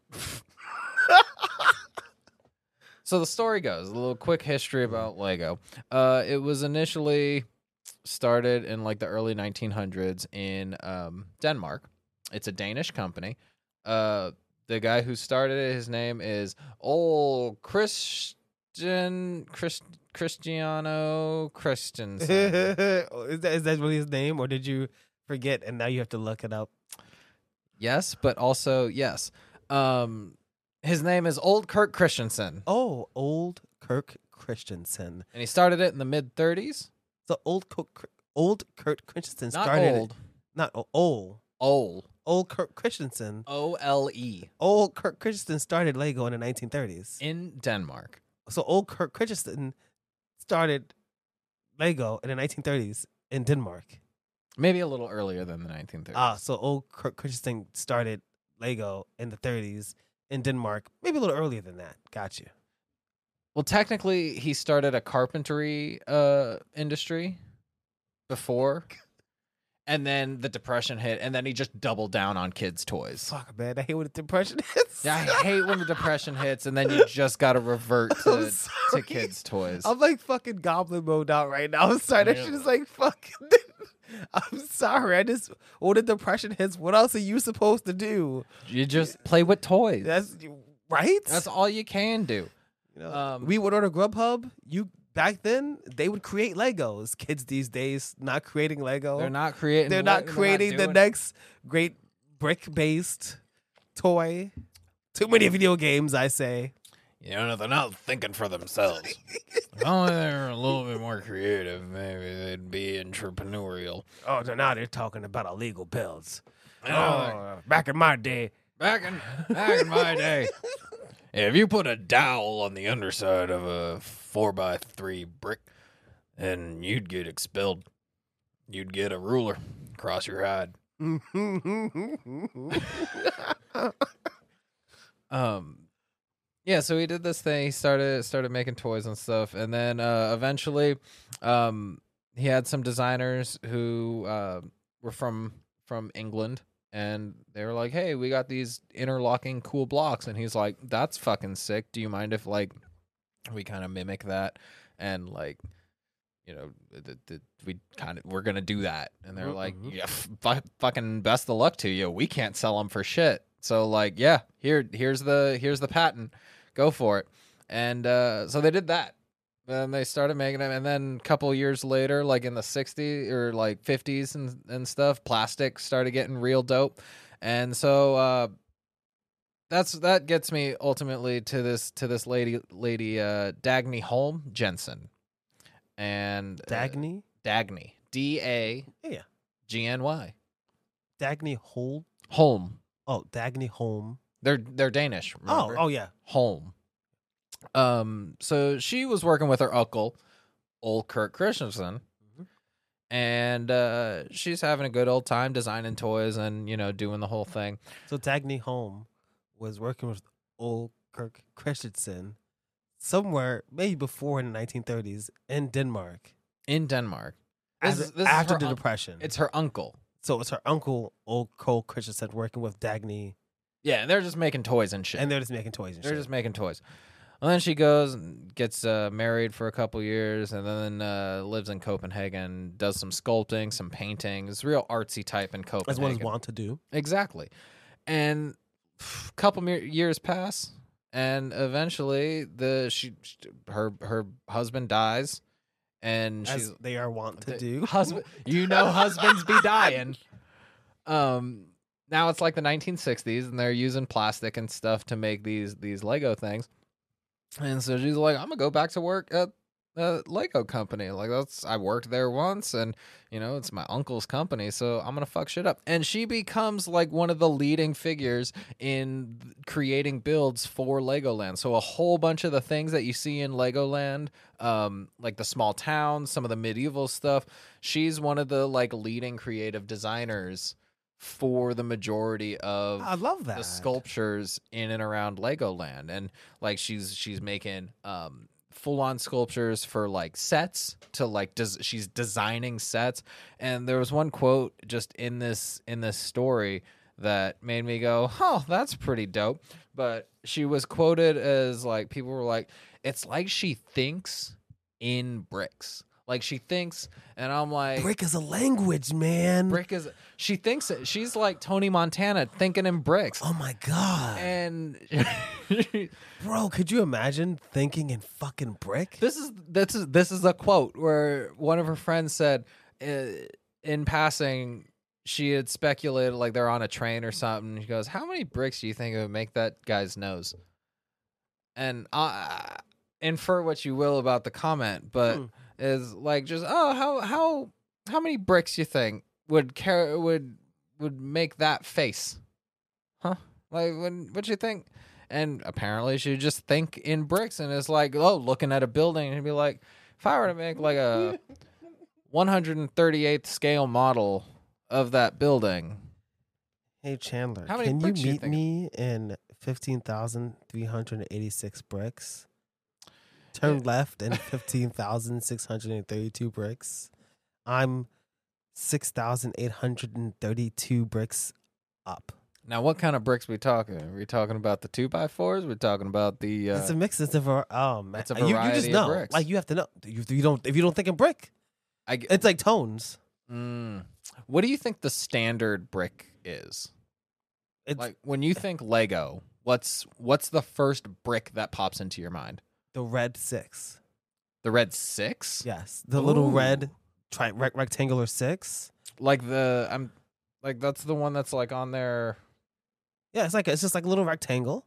Speaker 1: So the story goes a little quick history about Lego. Uh, it was initially started in like the early 1900s in um, Denmark. It's a Danish company. Uh, the guy who started it, his name is Ole Christian Christ, Cristiano
Speaker 2: is
Speaker 1: Christensen.
Speaker 2: that Oh, is that really his name, or did you forget and now you have to look it up?
Speaker 1: yes, but also yes. Um, his name is Old Kirk Christensen,
Speaker 2: Oh, old Kirk Christensen.
Speaker 1: and he started it in the mid 30s.
Speaker 2: So old Kirk, old Kurt Christensen
Speaker 1: Not
Speaker 2: started it-
Speaker 1: old.
Speaker 2: not o- old.
Speaker 1: Ole.
Speaker 2: Old Kirk Christensen.
Speaker 1: O L E
Speaker 2: Old Kirk Christensen started Lego in the 1930s.
Speaker 1: in Denmark.
Speaker 2: So old Kirk Christensen started Lego in the 1930s in Denmark.
Speaker 1: Maybe a little earlier than the 1930s.
Speaker 2: Ah, so old Kirk Christensen started Lego in the 30s in Denmark, maybe a little earlier than that. Got you.
Speaker 1: well, technically, he started a carpentry uh, industry before, and then the depression hit, and then he just doubled down on kids' toys.
Speaker 2: Fuck, man, I hate what a depression is.
Speaker 1: I hate when the depression hits, and then you just got to revert
Speaker 2: I'm
Speaker 1: to, to
Speaker 2: sorry.
Speaker 1: kids' toys.
Speaker 2: I'm like fucking goblin mode out right now. I'm sorry. That shit is like fucking. I'm sorry. I just when the depression hits, what else are you supposed to do?
Speaker 1: You just play with toys.
Speaker 2: That's right.
Speaker 1: That's all you can do.
Speaker 2: you know,
Speaker 1: um,
Speaker 2: we would order Grubhub. You back then they would create Legos. Kids these days not creating Lego.
Speaker 1: They're not creating.
Speaker 2: They're not creating the
Speaker 1: doing-
Speaker 2: next great brick based toy. Too many video games, I say.
Speaker 3: You know, they're not thinking for themselves. if only they were a little bit more creative, maybe they'd be entrepreneurial.
Speaker 2: Oh, no, now they're talking about illegal bills.
Speaker 3: Oh,
Speaker 2: back in my day,
Speaker 3: back in back in my day, if you put a dowel on the underside of a four by three brick, then you'd get expelled. You'd get a ruler across your hide.
Speaker 1: um yeah so he did this thing he started started making toys and stuff and then uh eventually um he had some designers who uh were from from england and they were like hey we got these interlocking cool blocks and he's like that's fucking sick do you mind if like we kind of mimic that and like you know the, the, we kind of we're gonna do that and they're like
Speaker 2: Mhm.
Speaker 1: yeah fu- fucking best of luck to you we can't sell them for shit so like yeah here here's the here's the patent go for it and uh, so they did that then they started making them and then a couple years later like in the 60s or like 50s and, and stuff plastic started getting real dope and so uh, that's that gets me ultimately to this to this lady lady uh, Dagny Holm Jensen, and uh,
Speaker 2: Dagny,
Speaker 1: Dagny D A
Speaker 2: Yeah.
Speaker 1: G N Y
Speaker 2: Dagny Holm.
Speaker 1: Holm.
Speaker 2: Oh, Dagny Holm.
Speaker 1: They're they're Danish. Remember?
Speaker 2: Oh, oh yeah.
Speaker 1: Holm. Um, so she was working with her uncle, old Kirk Christensen, and uh, she's having a good old time designing toys and you know doing the whole thing.
Speaker 2: So Dagny Holm was working with old Kirk Christensen somewhere maybe before in the 1930s in Denmark
Speaker 1: in Denmark. This
Speaker 2: after,
Speaker 1: is- this is
Speaker 2: after
Speaker 1: her
Speaker 2: the
Speaker 1: un-
Speaker 2: Depression.
Speaker 1: It's her uncle.
Speaker 2: so it's her uncle, old Cole Christensen, working with Dagny,
Speaker 1: Yeah, and they're just making toys and shit.
Speaker 2: and they're just making toys and
Speaker 1: they're
Speaker 2: shit.
Speaker 1: just making toys. And then she goes and gets uh, married for a couple years, and then uh, lives in Copenhagen. Does some sculpting, some paintings, real artsy type in Copenhagen.
Speaker 2: as one is want to do.
Speaker 1: Exactly. And a couple mer- years pass, and eventually the she, she her her husband dies, and she's
Speaker 2: As they are wont to
Speaker 1: the-
Speaker 2: do.
Speaker 1: Husband, you know, husbands be dying. Um, now it's like the 1960s, and they're using plastic and stuff to make these these Lego things. And so she's like, "I'm gonna go back to work at the Lego company. Like that's I worked there once, and you know, it's my uncle's company, so I'm gonna fuck shit up." And she becomes like one of the leading figures in th- creating builds for Legoland. So a whole bunch of the things that you see in Legoland um, like the small towns, some of the medieval stuff. She's one of the like leading creative designers for the majority of
Speaker 2: I love that.
Speaker 1: the sculptures in and around Legoland, and like she's she's making um full on sculptures for like sets to like does she's designing sets, and there was one quote just in this in this story that made me go, oh, that's pretty dope. But she was quoted as like people were like, it's like she thinks in bricks. Like she thinks, and I'm like,
Speaker 2: Brick is a language, man.
Speaker 1: brick is. She thinks it. She's like Tony Montana thinking in bricks
Speaker 2: Oh my god,
Speaker 1: and
Speaker 2: bro! Could you imagine thinking in fucking brick?
Speaker 1: this is this is this is a quote where one of her friends said uh, in passing she had speculated like they're on a train or something she goes how many bricks do you think it would make that guy's nose and uh, infer what you will about the comment but
Speaker 2: Hmm.
Speaker 1: is like just oh how how how many bricks you think would care would would make that face huh like when what you think and apparently she would just think in bricks and it's like oh looking at a building and be like if i were to make like a 138th scale model of that building
Speaker 2: Hey Chandler,
Speaker 1: How many
Speaker 2: can you
Speaker 1: bricks you
Speaker 2: meet
Speaker 1: think-
Speaker 2: me in fifteen thousand three hundred eighty-six bricks? Turn left in fifteen thousand six hundred and thirty-two bricks. I'm six thousand eight hundred and thirty-two bricks up.
Speaker 1: now what kind of bricks we talking are we talking about the two by fours we're talking about the uh,
Speaker 2: It's a mix. It's a var- oh man,
Speaker 1: It's a
Speaker 2: And you, you just
Speaker 1: variety of
Speaker 2: know,
Speaker 1: bricks.
Speaker 2: like you have to know. You, you don't if you don't think in brick,
Speaker 1: I g-
Speaker 2: it's like tones.
Speaker 1: mm. what do you think the standard brick is
Speaker 2: It's
Speaker 1: like when you think lego what's what's the first brick that pops into your mind
Speaker 2: the red six.
Speaker 1: the red six
Speaker 2: Yes, the little
Speaker 1: Ooh.
Speaker 2: red tri- rec- rectangular six.
Speaker 1: like the i'm like that's the one that's like on there
Speaker 2: Yeah, it's like it's just like a little rectangle.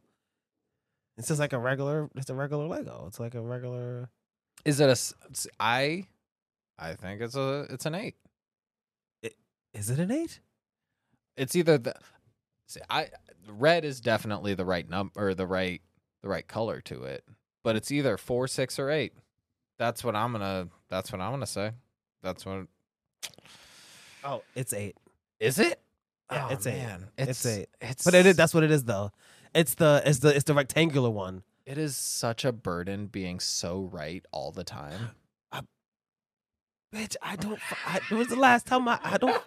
Speaker 2: It's just like a regular, it's a regular Lego. It's like a regular.
Speaker 1: Is it a s- s- I? I think it's a it's an eight.
Speaker 2: Is it an eight?
Speaker 1: It's either the see, I red is definitely the right number or the right the right color to it, but it's either four, six, or eight. That's what I'm gonna. That's what I'm gonna say. That's what
Speaker 2: Oh, it's eight.
Speaker 1: is it?
Speaker 2: Yeah,
Speaker 1: Oh,
Speaker 2: it's eight. It's eight.
Speaker 1: It's
Speaker 2: But it is. That's what it is, though. It's the it's the it's the rectangular one.
Speaker 1: it is such a burden being so right all the time.
Speaker 2: Bitch, I don't. fu- I, it was the last time I. I don't.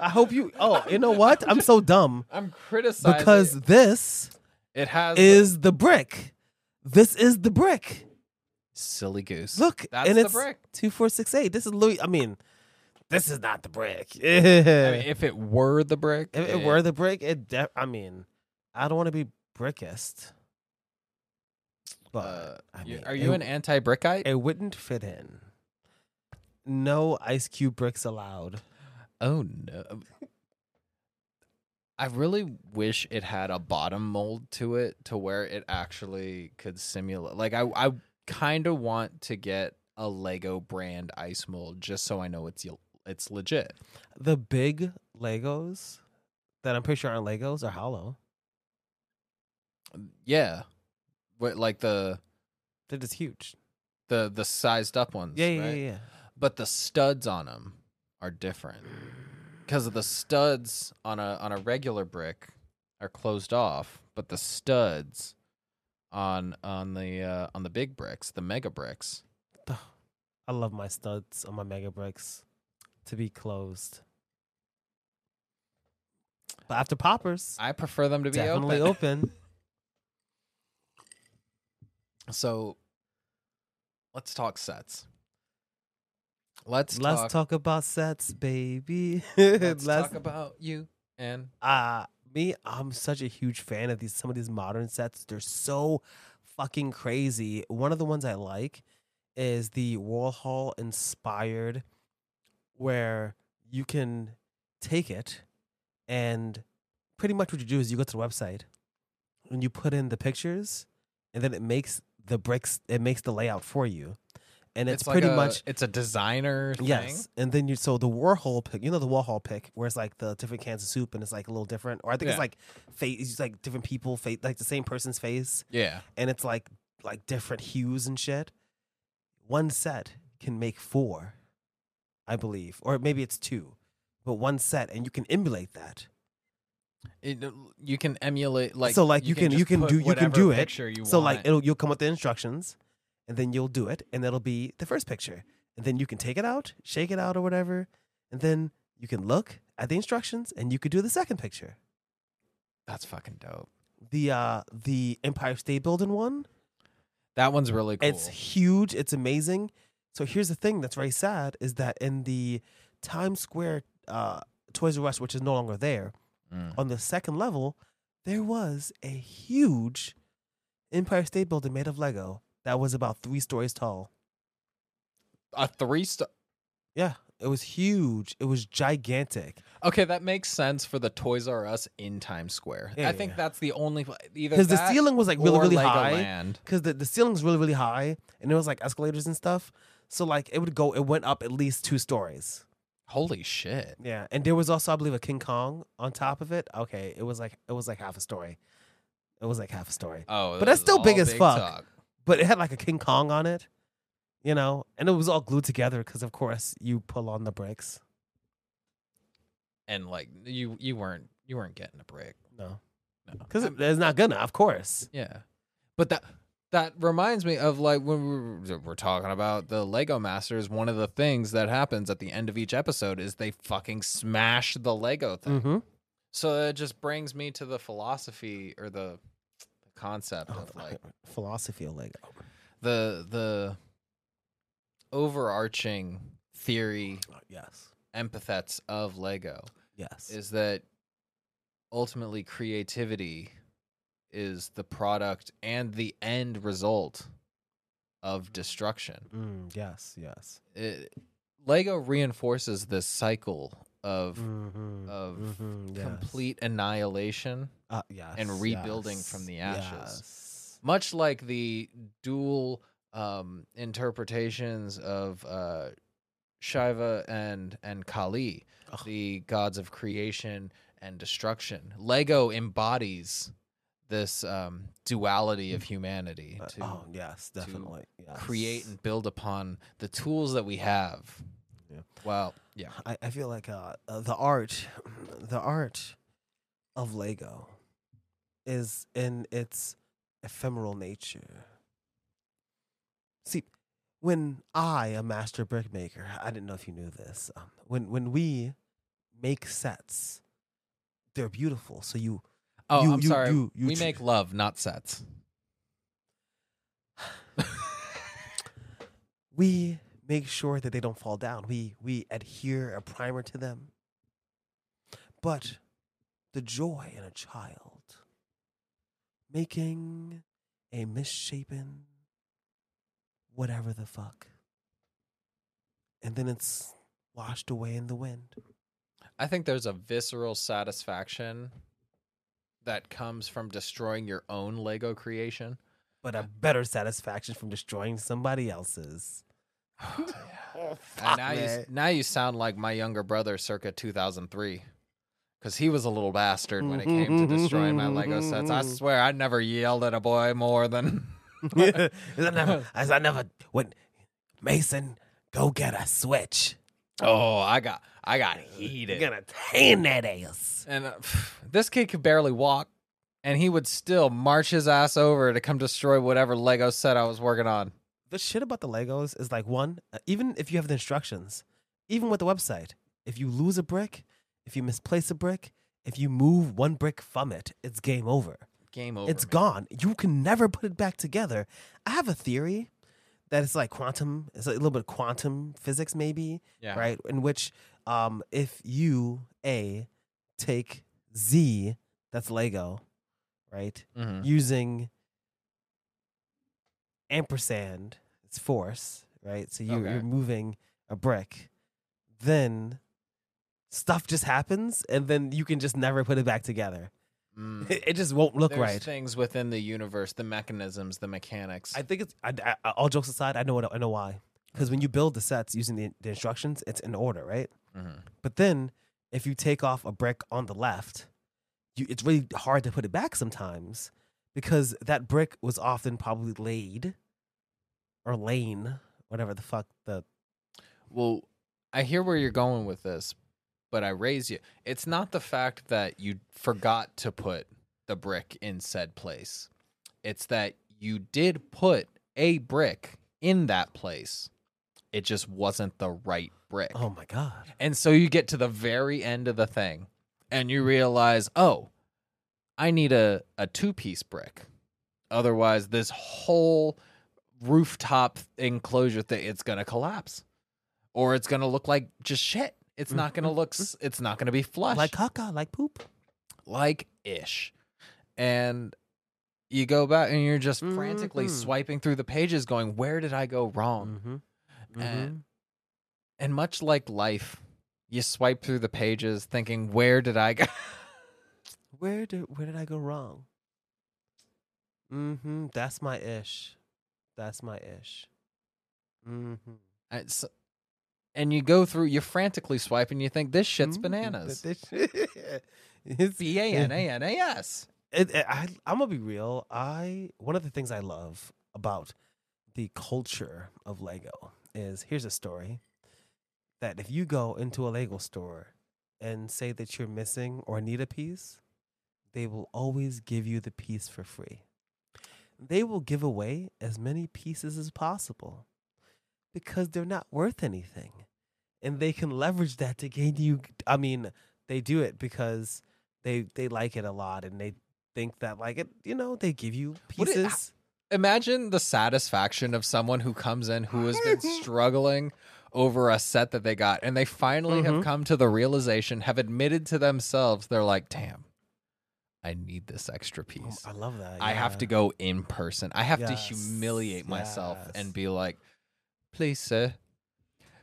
Speaker 2: I hope you. Oh, you know what? I'm so dumb
Speaker 1: I'm criticizing
Speaker 2: because this
Speaker 1: it has
Speaker 2: is the brick. This is the brick.
Speaker 1: silly goose.
Speaker 2: Look,
Speaker 1: that's
Speaker 2: and
Speaker 1: the
Speaker 2: it's
Speaker 1: brick.
Speaker 2: two, four, six, eight. This is Louis. I mean, this is not the brick.
Speaker 1: I mean, if it were the brick,
Speaker 2: If it were the brick, it. De- I mean, I don't want to be brickist, but
Speaker 1: Uh,
Speaker 2: I
Speaker 1: you-
Speaker 2: mean,
Speaker 1: are you
Speaker 2: it,
Speaker 1: an anti-brickite?
Speaker 2: It wouldn't fit in. No ice cube bricks allowed.
Speaker 1: oh no. I really wish it had a bottom mold to it to where it actually could simulate. Like I I kind of want to get a Lego brand ice mold just so I know it's y- it's legit.
Speaker 2: The big Legos that I'm pretty sure aren't Legos are hollow.
Speaker 1: Yeah. But like the
Speaker 2: They're just huge.
Speaker 1: the the sized up ones,
Speaker 2: Yeah, yeah,
Speaker 1: right?
Speaker 2: yeah, yeah.
Speaker 1: But the studs on them are different. because the studs on a on a regular brick are closed off, but the studs on on the uh, on the big bricks, the mega bricks,
Speaker 2: I love my studs on my mega bricks to be closed. But after poppers,
Speaker 1: I prefer them to be
Speaker 2: definitely
Speaker 1: open.
Speaker 2: open.
Speaker 1: So let's talk sets. Let's
Speaker 2: Let's
Speaker 1: talk,
Speaker 2: talk. about sets, baby.
Speaker 1: let's talk about you and
Speaker 2: uh, me, I'm such a huge fan of these some of these modern sets. They're so fucking crazy. One of the ones I like is the Warhol inspired where you can take it and pretty much what you do is you go to the website and you put in the pictures and then it makes the bricks it makes the layout for you. And it's,
Speaker 1: like
Speaker 2: pretty
Speaker 1: a-
Speaker 2: much
Speaker 1: it's a designer thing.
Speaker 2: Yes, and then you so the Warhol pick, you know the Warhol pick, where it's like the different cans of soup and it's like a little different, or I think it's
Speaker 1: Yeah.
Speaker 2: like face, it's like different people, face, like the same person's face,
Speaker 1: Yeah.
Speaker 2: and it's like like different hues and shit. One set can make four, I believe, or maybe it's two, but one set, and you can emulate that.
Speaker 1: It, you can emulate like
Speaker 2: So, like, you can-
Speaker 1: just
Speaker 2: you can
Speaker 1: put
Speaker 2: do- you can
Speaker 1: whatever
Speaker 2: do it.
Speaker 1: picture you
Speaker 2: so like
Speaker 1: want.
Speaker 2: it'll you'll come up with the instructions, and then you'll do it, and it'll be the first picture, and then you can take it out, shake it out, or whatever, and then you can look at the instructions, and you could do the second picture.
Speaker 1: that's fucking dope.
Speaker 2: the uh the Empire State Building one.
Speaker 1: That one's really cool.
Speaker 2: It's huge. It's amazing. So here's the thing that's very sad is that in the Times Square uh, Toys R Us, which is no longer there,
Speaker 1: Mm.
Speaker 2: on the second level, there was a huge Empire State Building made of Lego that was about three stories tall.
Speaker 1: a three star.
Speaker 2: Yeah, it was huge. It was gigantic.
Speaker 1: Okay, that makes sense for the Toys R Us in Times Square.
Speaker 2: Yeah,
Speaker 1: I think
Speaker 2: yeah.
Speaker 1: that's the only pla- either
Speaker 2: Because the
Speaker 1: that
Speaker 2: ceiling was like really,
Speaker 1: or
Speaker 2: really high.
Speaker 1: Legoland.
Speaker 2: because the, the ceiling's really really high and it was like escalators and stuff so like it would go it went up at least two stories
Speaker 1: Holy shit!
Speaker 2: yeah and there was also i believe a king kong on top of it okay it was like it was like half a story it was like half a story
Speaker 1: Oh,
Speaker 2: But
Speaker 1: that
Speaker 2: that's
Speaker 1: was
Speaker 2: still
Speaker 1: all
Speaker 2: big as fuck.
Speaker 1: talk.
Speaker 2: but it had like a king kong on it you know and it was all glued together because of course you pull on the bricks
Speaker 1: And like you, you weren't you weren't getting a break.
Speaker 2: no
Speaker 1: No,
Speaker 2: because it's not gonna of course
Speaker 1: Yeah, but that that reminds me of like when we were, we're talking about the Lego Masters. One of the things that happens at the end of each episode is they fucking smash the Lego thing.
Speaker 2: mm-hmm.
Speaker 1: So it just brings me to the philosophy or the concept
Speaker 2: Oh,
Speaker 1: of like
Speaker 2: philosophy of lego
Speaker 1: the the overarching theory
Speaker 2: yes
Speaker 1: empathets of Lego
Speaker 2: yes
Speaker 1: is that ultimately creativity is the product and the end result of destruction.
Speaker 2: mm, yes yes
Speaker 1: It, Lego reinforces this cycle of
Speaker 2: Mhm,
Speaker 1: of
Speaker 2: mhm, yes.
Speaker 1: complete annihilation,
Speaker 2: Uh, yes,
Speaker 1: rebuilding from the ashes.
Speaker 2: yes.
Speaker 1: much like the dual um, interpretations of uh, Shiva and and Kali,
Speaker 2: Ugh.
Speaker 1: the gods of creation and destruction. Lego embodies this um, duality of humanity
Speaker 2: Uh,
Speaker 1: to
Speaker 2: oh yes,
Speaker 1: to
Speaker 2: definitely. Yes.
Speaker 1: create and build upon the tools that we have.
Speaker 2: Yeah.
Speaker 1: Well, yeah,
Speaker 2: I, I feel like uh, uh, the art, the art of Lego, is in its ephemeral nature. See, when I, a master brick maker, I didn't know if you knew this. Um, when when we make sets, they're beautiful. So you
Speaker 1: Oh,
Speaker 2: You-
Speaker 1: I'm
Speaker 2: you-
Speaker 1: sorry.
Speaker 2: you- you
Speaker 1: we
Speaker 2: tr-
Speaker 1: make love, not sets.
Speaker 2: we make sure that they don't fall down. We we adhere a primer to them. But the joy in a child making a misshapen whatever the fuck. And then it's washed away in the wind.
Speaker 1: I think there's a visceral satisfaction that comes from destroying your own Lego creation.
Speaker 2: But a better satisfaction from destroying somebody else's. Oh,
Speaker 1: and
Speaker 2: fuck,
Speaker 1: now you
Speaker 2: man.
Speaker 1: s- now you sound like my younger brother circa 2003 because he was a little bastard when it came to destroying my Lego sets. I swear I never yelled at a boy more than
Speaker 2: I never, I never went, Mason, go get a switch.
Speaker 1: oh I got I got heated.
Speaker 2: You're gonna tan that ass.
Speaker 1: And uh, this kid could barely walk, and he would still march his ass over to come destroy whatever Lego set I was working on.
Speaker 2: The shit about the Legos is like one, uh, even if you have the instructions, even with the website, if you lose a brick, if you misplace a brick, if you move one brick from it, it's game over.
Speaker 1: Game over.
Speaker 2: It's
Speaker 1: man.
Speaker 2: gone. You can never put it back together. I have a theory that it's like quantum, it's a little bit of quantum physics, maybe.
Speaker 1: Yeah.
Speaker 2: right? In which, um, if you a take z, that's Lego, right?
Speaker 1: hmm
Speaker 2: Using ampersand, it's force, right? So you,
Speaker 1: Okay.
Speaker 2: you're moving a brick, then stuff just happens, and then you can just never put it back together.
Speaker 1: Mm-hmm.
Speaker 2: It, just won't look
Speaker 1: Mm. There's
Speaker 2: right.
Speaker 1: things within the universe, the mechanisms, the mechanics.
Speaker 2: I think it's I, I, all jokes aside. I know what I know why. Because when you build the sets using the, the instructions, it's in order, right?
Speaker 1: Mhm.
Speaker 2: But then if you take off a brick on the left, you, it's really hard to put it back sometimes because that brick was often probably laid or lane, whatever the fuck the.
Speaker 1: Well, I hear where you're going with this, but I raise you. It's not the fact that you forgot to put the brick in said place, it's that you did put a brick in that place. It just wasn't the right brick.
Speaker 2: Oh my God.
Speaker 1: And so you get to the very end of the thing and you realize, oh, I need a, a two piece brick. Otherwise, this whole rooftop enclosure thing it's going to collapse or it's going to look like just shit. It's not going to look, s- it's not going to be flush
Speaker 2: Like caca, like poop.
Speaker 1: like ish. And you go back and you're just frantically
Speaker 2: Mhm.
Speaker 1: swiping through the pages going, where did I go wrong?
Speaker 2: Mm-hmm.
Speaker 1: And- And much like life, you swipe through the pages thinking, where did I go?
Speaker 2: Where did where did I go wrong? Mm-hmm. That's my ish. That's my ish. Mm-hmm.
Speaker 1: And so- and you go through, you frantically swipe and you think, this shit's
Speaker 2: Mm,
Speaker 1: bananas.
Speaker 2: that- that shit- It's-
Speaker 1: B A N A N A S.
Speaker 2: it, it- I, I'm gonna be real. I one of the things I love about the culture of Lego is here's a story that if you go into a Lego store and say that you're missing or need a piece, they will always give you the piece for free. They will give away as many pieces as possible because they're not worth anything. And they can leverage that to gain you. I mean, they do it because they they like it a lot and they think that like it, you know, they give you
Speaker 1: What it-
Speaker 2: pieces.
Speaker 1: Imagine the satisfaction of someone who comes in who has been struggling over a set that they got and they finally
Speaker 2: Mhm.
Speaker 1: have come to the realization, have admitted to themselves, they're like, damn, I need this extra
Speaker 2: Oh,
Speaker 1: piece.
Speaker 2: I love that.
Speaker 1: I have
Speaker 2: yeah.
Speaker 1: to go in person. I have to
Speaker 2: Yes,
Speaker 1: humiliate myself
Speaker 2: yes.
Speaker 1: and be like, please, sir,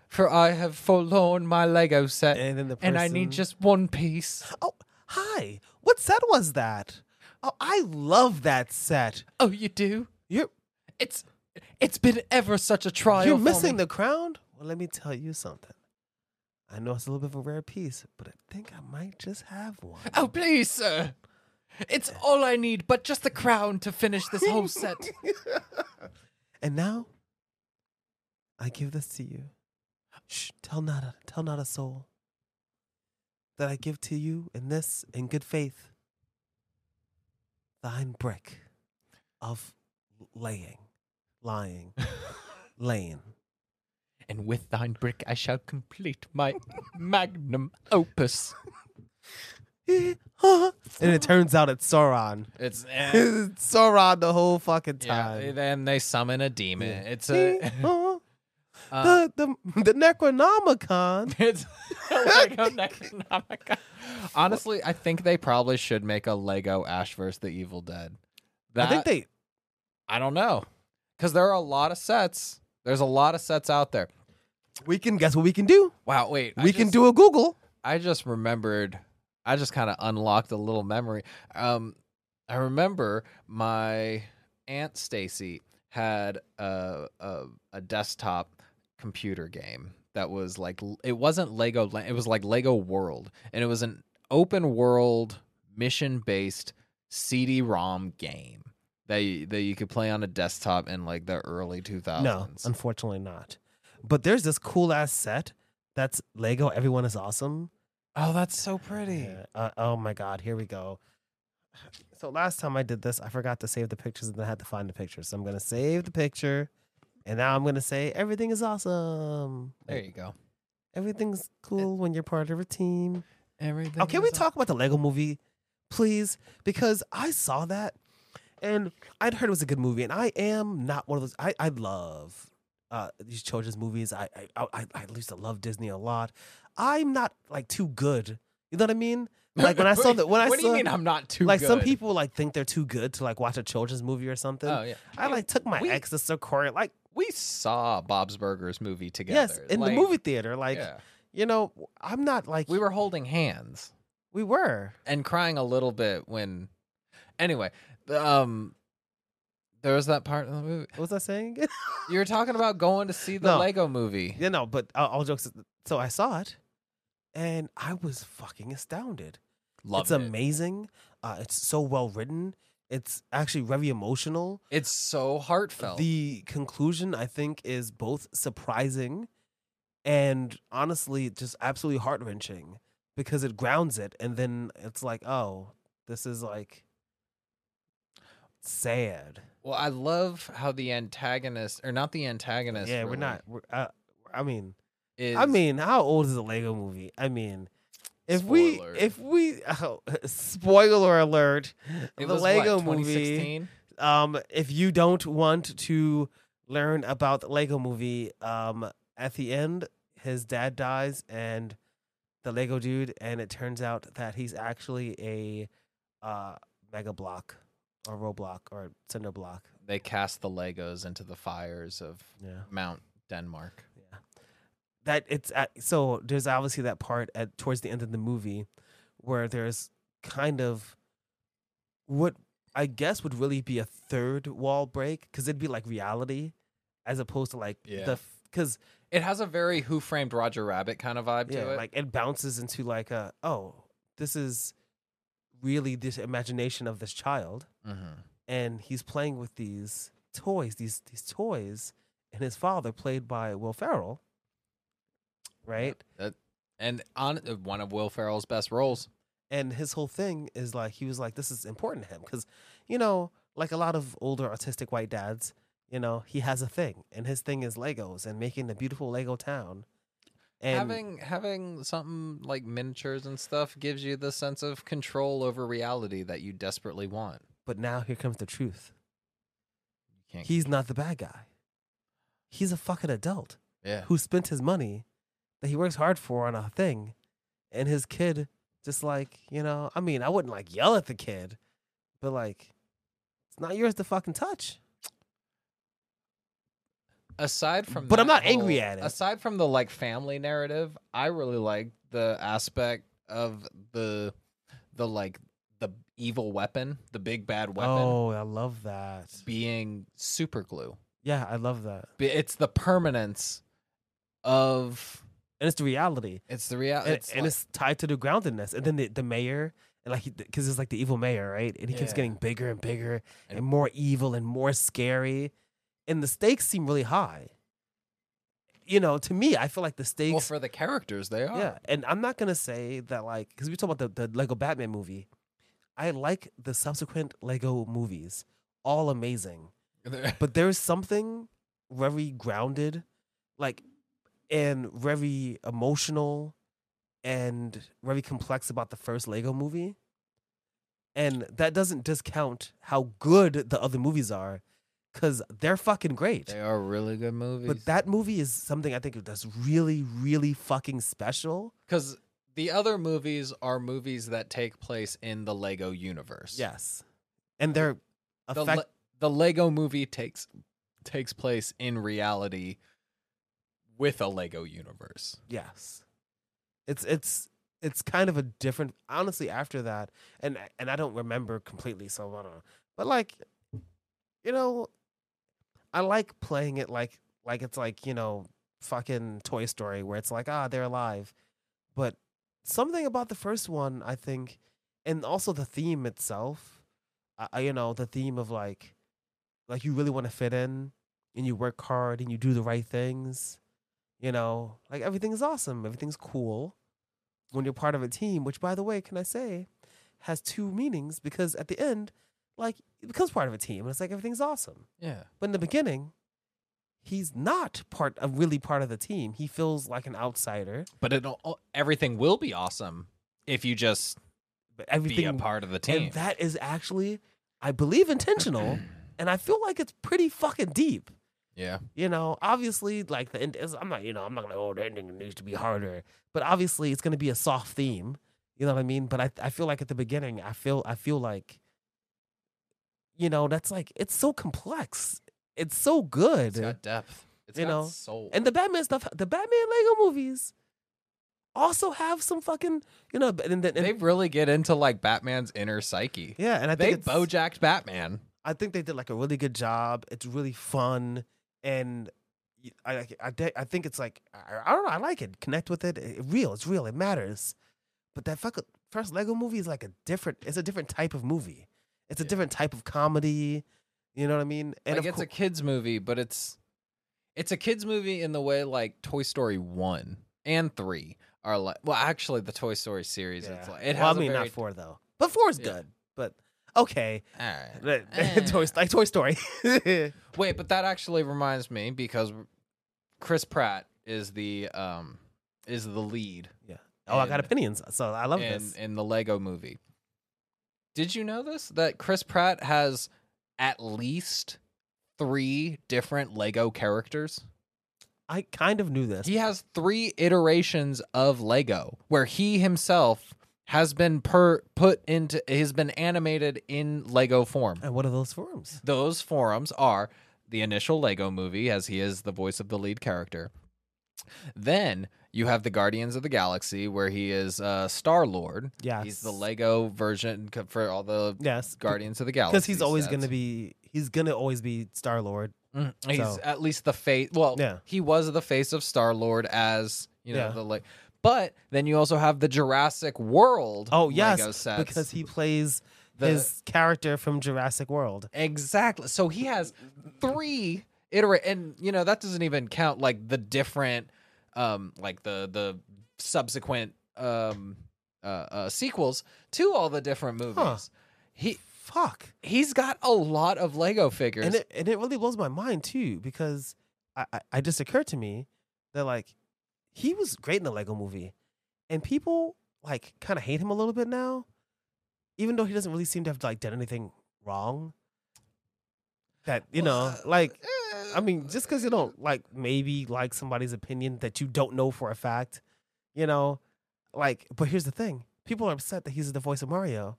Speaker 1: for I have forlorn my Lego set and,
Speaker 2: And then the
Speaker 1: I need
Speaker 2: person-
Speaker 1: just one piece.
Speaker 2: Oh, hi. What set was that? Oh, I love that set.
Speaker 1: Oh, you do?
Speaker 2: You're
Speaker 1: It's it's been ever such a trial.
Speaker 2: you're
Speaker 1: for me.
Speaker 2: missing the crown. Well, let me tell you something. I know it's a little bit of a rare piece, but I think I might just have one.
Speaker 1: Oh, please, sir. It's all I need, but just the crown to finish this whole set.
Speaker 2: And now, I give this to you. Shh, tell not a, tell not a soul that I give to you in this, in good faith, thine brick of laying, lying, laying.
Speaker 1: and with thine brick I shall complete my magnum opus.
Speaker 2: and it turns out it's Sauron.
Speaker 1: It's
Speaker 2: it's Sauron the whole fucking time.
Speaker 1: then they summon a demon.
Speaker 2: Yeah.
Speaker 1: It's a
Speaker 2: Huh?
Speaker 1: uh,
Speaker 2: the, the, the Necronomicon.
Speaker 1: It's Lego Necronomicon. Honestly, I think they probably should make a Lego Ash vs. the Evil Dead. That,
Speaker 2: I think they
Speaker 1: I don't know, because there are a lot of sets. There's a lot of sets out there.
Speaker 2: we can guess what we can do.
Speaker 1: Wow, wait, I
Speaker 2: we can
Speaker 1: just-
Speaker 2: do a Google.
Speaker 1: I just remembered. I just kind of unlocked a little memory. Um, I remember my aunt Stacy had a, a a desktop computer game that was like l- it wasn't Lego. La- It was like Lego World, and it was an open world mission based CD-ROM game that you, that you could play on a desktop in like the early two
Speaker 2: No,
Speaker 1: thousands.
Speaker 2: unfortunately not. But there's this cool ass set that's Lego. Everyone is awesome.
Speaker 1: oh, that's so pretty.
Speaker 2: Yeah. Uh, oh my god, here we go. So last time I did this, I forgot to save the pictures and then I had to find the picture. So I'm gonna save the picture, and now I'm gonna say everything is awesome.
Speaker 1: There
Speaker 2: Like, Oh,
Speaker 1: you go.
Speaker 2: Everything's cool when you're part of a team.
Speaker 1: Everything.
Speaker 2: Oh, can we talk about the Lego movie, please? Because I saw that and I'd heard it was a good movie, and I am not one of those. I, I love uh, these children's movies. I, I, I, I used to love Disney a lot. I'm not like too good You know what I mean? Like when I saw that, when I
Speaker 1: what do
Speaker 2: saw,
Speaker 1: you mean I'm not too
Speaker 2: like some
Speaker 1: good?
Speaker 2: people like think they're too good to like watch a children's movie or something.
Speaker 1: Oh yeah,
Speaker 2: I like took my
Speaker 1: we-
Speaker 2: ex to Sequoia, like
Speaker 1: we saw Bob's Burgers movie together.
Speaker 2: yes, in the
Speaker 1: Like,
Speaker 2: movie theater. Like
Speaker 1: yeah.
Speaker 2: you know, I'm not like
Speaker 1: we were holding hands
Speaker 2: we were.
Speaker 1: and crying a little bit when. Anyway, the, um, there was that part of the movie
Speaker 2: What was I saying?
Speaker 1: you were talking about going to see the
Speaker 2: No.
Speaker 1: Lego movie.
Speaker 2: Yeah, no, but uh, all, all jokes. So I saw it, and I was fucking astounded.
Speaker 1: Loved
Speaker 2: it's
Speaker 1: it.
Speaker 2: amazing. Uh, it's so well written. It's actually very emotional.
Speaker 1: It's so heartfelt.
Speaker 2: The conclusion, I think, is both surprising and honestly just absolutely heart wrenching because it grounds it, and then it's like, oh, this is like sad.
Speaker 1: well, I love how the antagonist, or not the antagonist.
Speaker 2: yeah, we're
Speaker 1: really,
Speaker 2: not. We're, uh, I mean,
Speaker 1: Is,
Speaker 2: I mean, how old is the Lego movie? I mean, if
Speaker 1: Spoiler.
Speaker 2: we if we oh, spoiler alert,
Speaker 1: it
Speaker 2: the
Speaker 1: was
Speaker 2: Lego
Speaker 1: what,
Speaker 2: movie.
Speaker 1: 2016?
Speaker 2: Um, if you don't want to learn about the Lego movie, um, at the end his dad dies and the Lego dude, and it turns out that he's actually a uh Mega Block or Roblox or Cinder Block.
Speaker 1: They cast the Legos into the fires of
Speaker 2: Yeah.
Speaker 1: Mount Denmark.
Speaker 2: that it's at, so there's obviously that part at towards the end of the movie where there's kind of what I guess would really be a third wall break because it'd be like reality as opposed to like
Speaker 3: Yeah.
Speaker 2: the because
Speaker 1: It has a very Who Framed Roger Rabbit kind of vibe
Speaker 2: yeah
Speaker 1: to it.
Speaker 2: like it bounces into like a oh this is really this imagination of this child
Speaker 1: Mhm.
Speaker 2: and he's playing with these toys, these these toys, and his father, played by Will Ferrell, right?
Speaker 1: And on uh, one of Will Ferrell's best roles.
Speaker 2: And his whole thing is like he was like, this is important to him because, you know, like a lot of older autistic white dads, you know, he has a thing, and his thing is Legos and making a beautiful Lego town. And
Speaker 1: having having something like miniatures and stuff gives you the sense of control over reality that you desperately want.
Speaker 2: but now here comes the truth.
Speaker 1: You can't
Speaker 2: He's not the bad guy. He's a fucking adult.
Speaker 1: Yeah.
Speaker 2: who spent his money that he works hard for on a thing, and his kid just like you know, I mean, I wouldn't like yell at the kid, but like, it's not yours to fucking touch.
Speaker 1: aside from
Speaker 2: But I'm
Speaker 1: that
Speaker 2: not angry
Speaker 1: whole-
Speaker 2: at it.
Speaker 1: aside from the like family narrative i really like the aspect of the the like the evil weapon the big bad weapon
Speaker 2: Oh, I love that.
Speaker 1: being super glue
Speaker 2: Yeah, I love that,
Speaker 1: B- it's the permanence of
Speaker 2: and it's the reality,
Speaker 1: Uh, it's the reality
Speaker 2: and, and it's tied to the groundedness, and then the, the mayor. And like, because it's like the evil mayor, right? And he keeps
Speaker 1: Yeah.
Speaker 2: getting bigger and bigger
Speaker 1: And-
Speaker 2: and more evil and more scary. And the stakes seem really high. You know, to me, I feel like the stakes
Speaker 1: well for the characters they are
Speaker 2: Yeah, and I'm not gonna say that like because we talking about the, the Lego Batman movie. I like the subsequent Lego movies, all amazing.
Speaker 1: yeah
Speaker 2: But there's something very grounded, like, and very emotional, and very complex about the first Lego movie. And that doesn't discount how good the other movies are, because they're fucking great.
Speaker 1: they are really good movies
Speaker 2: but that movie is something I think that's really, really fucking special.
Speaker 1: because the other movies are movies that take place in the lego universe
Speaker 2: Yes, and they're
Speaker 1: the,
Speaker 2: affect.
Speaker 1: Le- the Lego movie takes takes place in reality with a Lego universe.
Speaker 2: yes, it's it's it's kind of a different. Honestly, after that, and and I don't remember completely, so I don't know. But like, you know, I like playing it like like it's like you know fucking Toy Story where it's like ah they're alive, but something about the first one I think, and also the theme itself, I, I- you know the theme of like like you really want to fit in and you work hard and you do the right things, you know like everything is awesome everything's cool when you're part of a team which by the way can I say has two meanings because at the end like it becomes part of a team and it's like everything's awesome.
Speaker 1: Yeah.
Speaker 2: But in the beginning, he's not part of really part of the team. He feels like an outsider.
Speaker 1: But it all, everything will be awesome if you just
Speaker 2: But
Speaker 1: be a
Speaker 2: everything
Speaker 1: part of the team.
Speaker 2: and that is actually, I believe, intentional. and I feel like it's pretty fucking deep.
Speaker 1: yeah.
Speaker 2: You know, obviously, like the end is. I'm not. You know, I'm not gonna. Oh, the ending needs to be harder. But obviously, it's gonna be a soft theme.
Speaker 4: You know what I mean? But I I feel like at the beginning, I feel I feel like you know, that's like it's so complex. It's so good.
Speaker 1: It's got depth. It's
Speaker 4: You
Speaker 1: got
Speaker 4: know,
Speaker 1: soul.
Speaker 4: And the Batman stuff, the Batman Lego movies also have some fucking, you know, and, then and
Speaker 1: they really get into like Batman's inner psyche.
Speaker 2: Yeah, and I
Speaker 1: They
Speaker 2: think it's,
Speaker 1: bojacked Batman.
Speaker 2: I think they did like a really good job. It's really fun, and y- I like- I thi- I think it's like I, I don't know. I like it. Connect with it. It- real. It's real. It matters. But that fuck, first Lego movie is like a different. It's a different type of movie. It's a
Speaker 1: Yeah.
Speaker 2: different type of comedy. You know what I mean? And
Speaker 1: like
Speaker 2: of
Speaker 1: it's
Speaker 2: cour-
Speaker 1: a kids movie, but it's it's a kids movie in the way like Toy Story one and three are like. Well, actually, the Toy Story series. It's
Speaker 2: Yeah.
Speaker 1: like it has.
Speaker 2: well, I
Speaker 1: a
Speaker 2: mean,
Speaker 1: very,
Speaker 2: not four though, but four is
Speaker 1: Yeah. Eh.
Speaker 2: good. But okay,
Speaker 1: All right.
Speaker 2: Toy, like Toy Story.
Speaker 1: Wait, but that actually reminds me because Chris Pratt is the um is the lead
Speaker 2: Oh, I got
Speaker 1: And-
Speaker 2: opinions, so I love
Speaker 1: in,
Speaker 2: this.
Speaker 1: in the Lego movie. Did you know this? That Chris Pratt has at least three different Lego characters.
Speaker 2: I kind of knew this.
Speaker 1: He has three iterations of Lego where he himself has been per, put into has been animated in Lego form.
Speaker 2: And what are those forms?
Speaker 1: Those forums are the initial Lego movie, as he is the voice of the lead character. Then you have the Guardians of the Galaxy, where he is uh, Star Lord.
Speaker 2: Yes.
Speaker 1: He's the Lego version co- for all the
Speaker 2: Yes.
Speaker 1: Guardians of the Galaxy.
Speaker 2: because he's always going to be he's going to always be Star Lord.
Speaker 1: Mm, he's
Speaker 2: so-
Speaker 1: at least the face. Well,
Speaker 2: Yeah.
Speaker 1: he was the face of Star Lord as you know
Speaker 2: Yeah.
Speaker 1: the like. But then you also have the Jurassic World.
Speaker 2: Oh yes,
Speaker 1: Lego sets.
Speaker 2: because he plays
Speaker 1: The-
Speaker 2: his character from Jurassic World.
Speaker 1: Exactly. So he has three iterate, and you know that doesn't even count like the different, um, like the the subsequent um uh, uh sequels to all the different movies. He
Speaker 2: Fuck,
Speaker 1: he's got a lot of Lego figures.
Speaker 2: and it and it really blows my mind too because I I, I just occurred to me that like he was great in the Lego Movie, and people like kind of hate him a little bit now, even though he doesn't really seem to have like done anything wrong. That you
Speaker 1: uh,
Speaker 2: know, like I mean, just because you don't like maybe like somebody's opinion that you don't know for a fact, you know, like. But here's the thing: people are upset that he's the voice of Mario,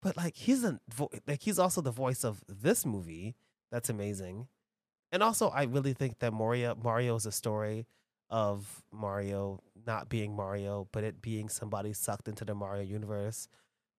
Speaker 2: but like he's a vo- like he's also the voice of this movie. That's amazing, and also I really think that Mario Mario is a story of Mario not being Mario, but it being somebody sucked into the Mario universe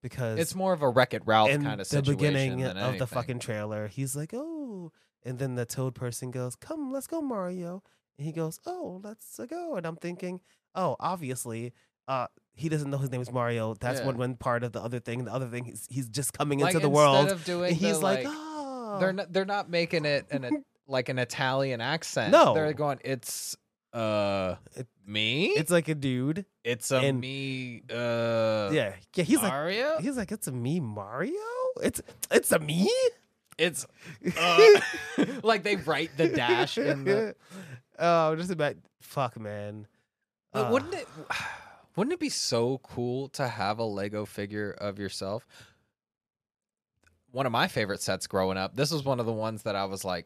Speaker 2: because
Speaker 1: it's more of a Wreck It Ralph
Speaker 2: in
Speaker 1: kind of
Speaker 2: the
Speaker 1: situation
Speaker 2: beginning
Speaker 1: than
Speaker 2: of
Speaker 1: anything.
Speaker 2: the fucking trailer, he's like, "Oh," and then the Toad person goes, "Come, let's go, Mario," and he goes, "Oh, let's go," and I'm thinking, "Oh, obviously." Uh, he doesn't know his name is Mario. That's
Speaker 1: Yeah.
Speaker 2: one, one part of the other thing. The other thing, he's, he's just coming
Speaker 1: Like,
Speaker 2: into the
Speaker 1: instead
Speaker 2: world.
Speaker 1: Of doing
Speaker 2: and
Speaker 1: the,
Speaker 2: he's like,
Speaker 1: like,
Speaker 2: oh.
Speaker 1: they're not, they're not making it an it- like an Italian accent.
Speaker 2: No.
Speaker 1: they're going. It's uh
Speaker 2: It-
Speaker 1: me.
Speaker 2: it's like a dude.
Speaker 1: It's a
Speaker 2: And-
Speaker 1: me. Uh,
Speaker 2: yeah. Yeah. He's like,
Speaker 1: Mario.
Speaker 2: he's like, it's a me, Mario? It's, it's a me?
Speaker 1: it's uh, like they write the dash in the.
Speaker 2: Oh, just about, fuck, man.
Speaker 1: But
Speaker 2: Uh,
Speaker 1: wouldn't it? Wouldn't it be so cool to have a Lego figure of yourself? One of my favorite sets growing up. This was one of the ones that I was like,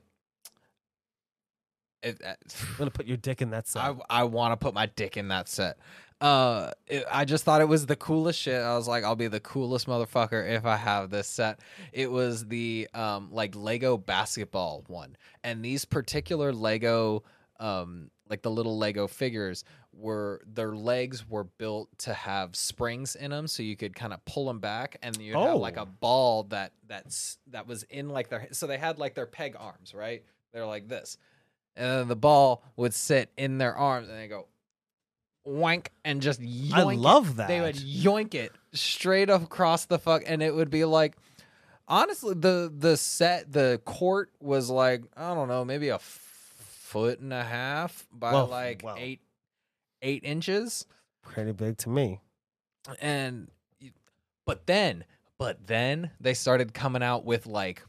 Speaker 1: it, uh,
Speaker 2: I'm gonna put your dick in that
Speaker 1: I,
Speaker 2: side.
Speaker 1: I want to put my dick in that set. Uh, it- I just thought it was the coolest shit. I was like, I'll be the coolest motherfucker if I have this set. It was the um like Lego basketball one, and these particular Lego um like the little Lego figures were their legs were built to have springs in them, so you could kind of pull them back, and you would have like
Speaker 2: Oh.
Speaker 1: a ball that that's that was in like their so they had like their peg arms, right? They're like this and then the ball would sit in their arms, and they go wank and just yoink.
Speaker 2: I
Speaker 1: it.
Speaker 2: love that.
Speaker 1: They would yoink it straight up across the fuck, and it would be like, honestly, the the set, the court was like, I don't know, maybe a f- foot and a half by
Speaker 2: Well,
Speaker 1: like
Speaker 2: well.
Speaker 1: eight eight inches,
Speaker 2: pretty big to me.
Speaker 1: and but then but then they started coming out with like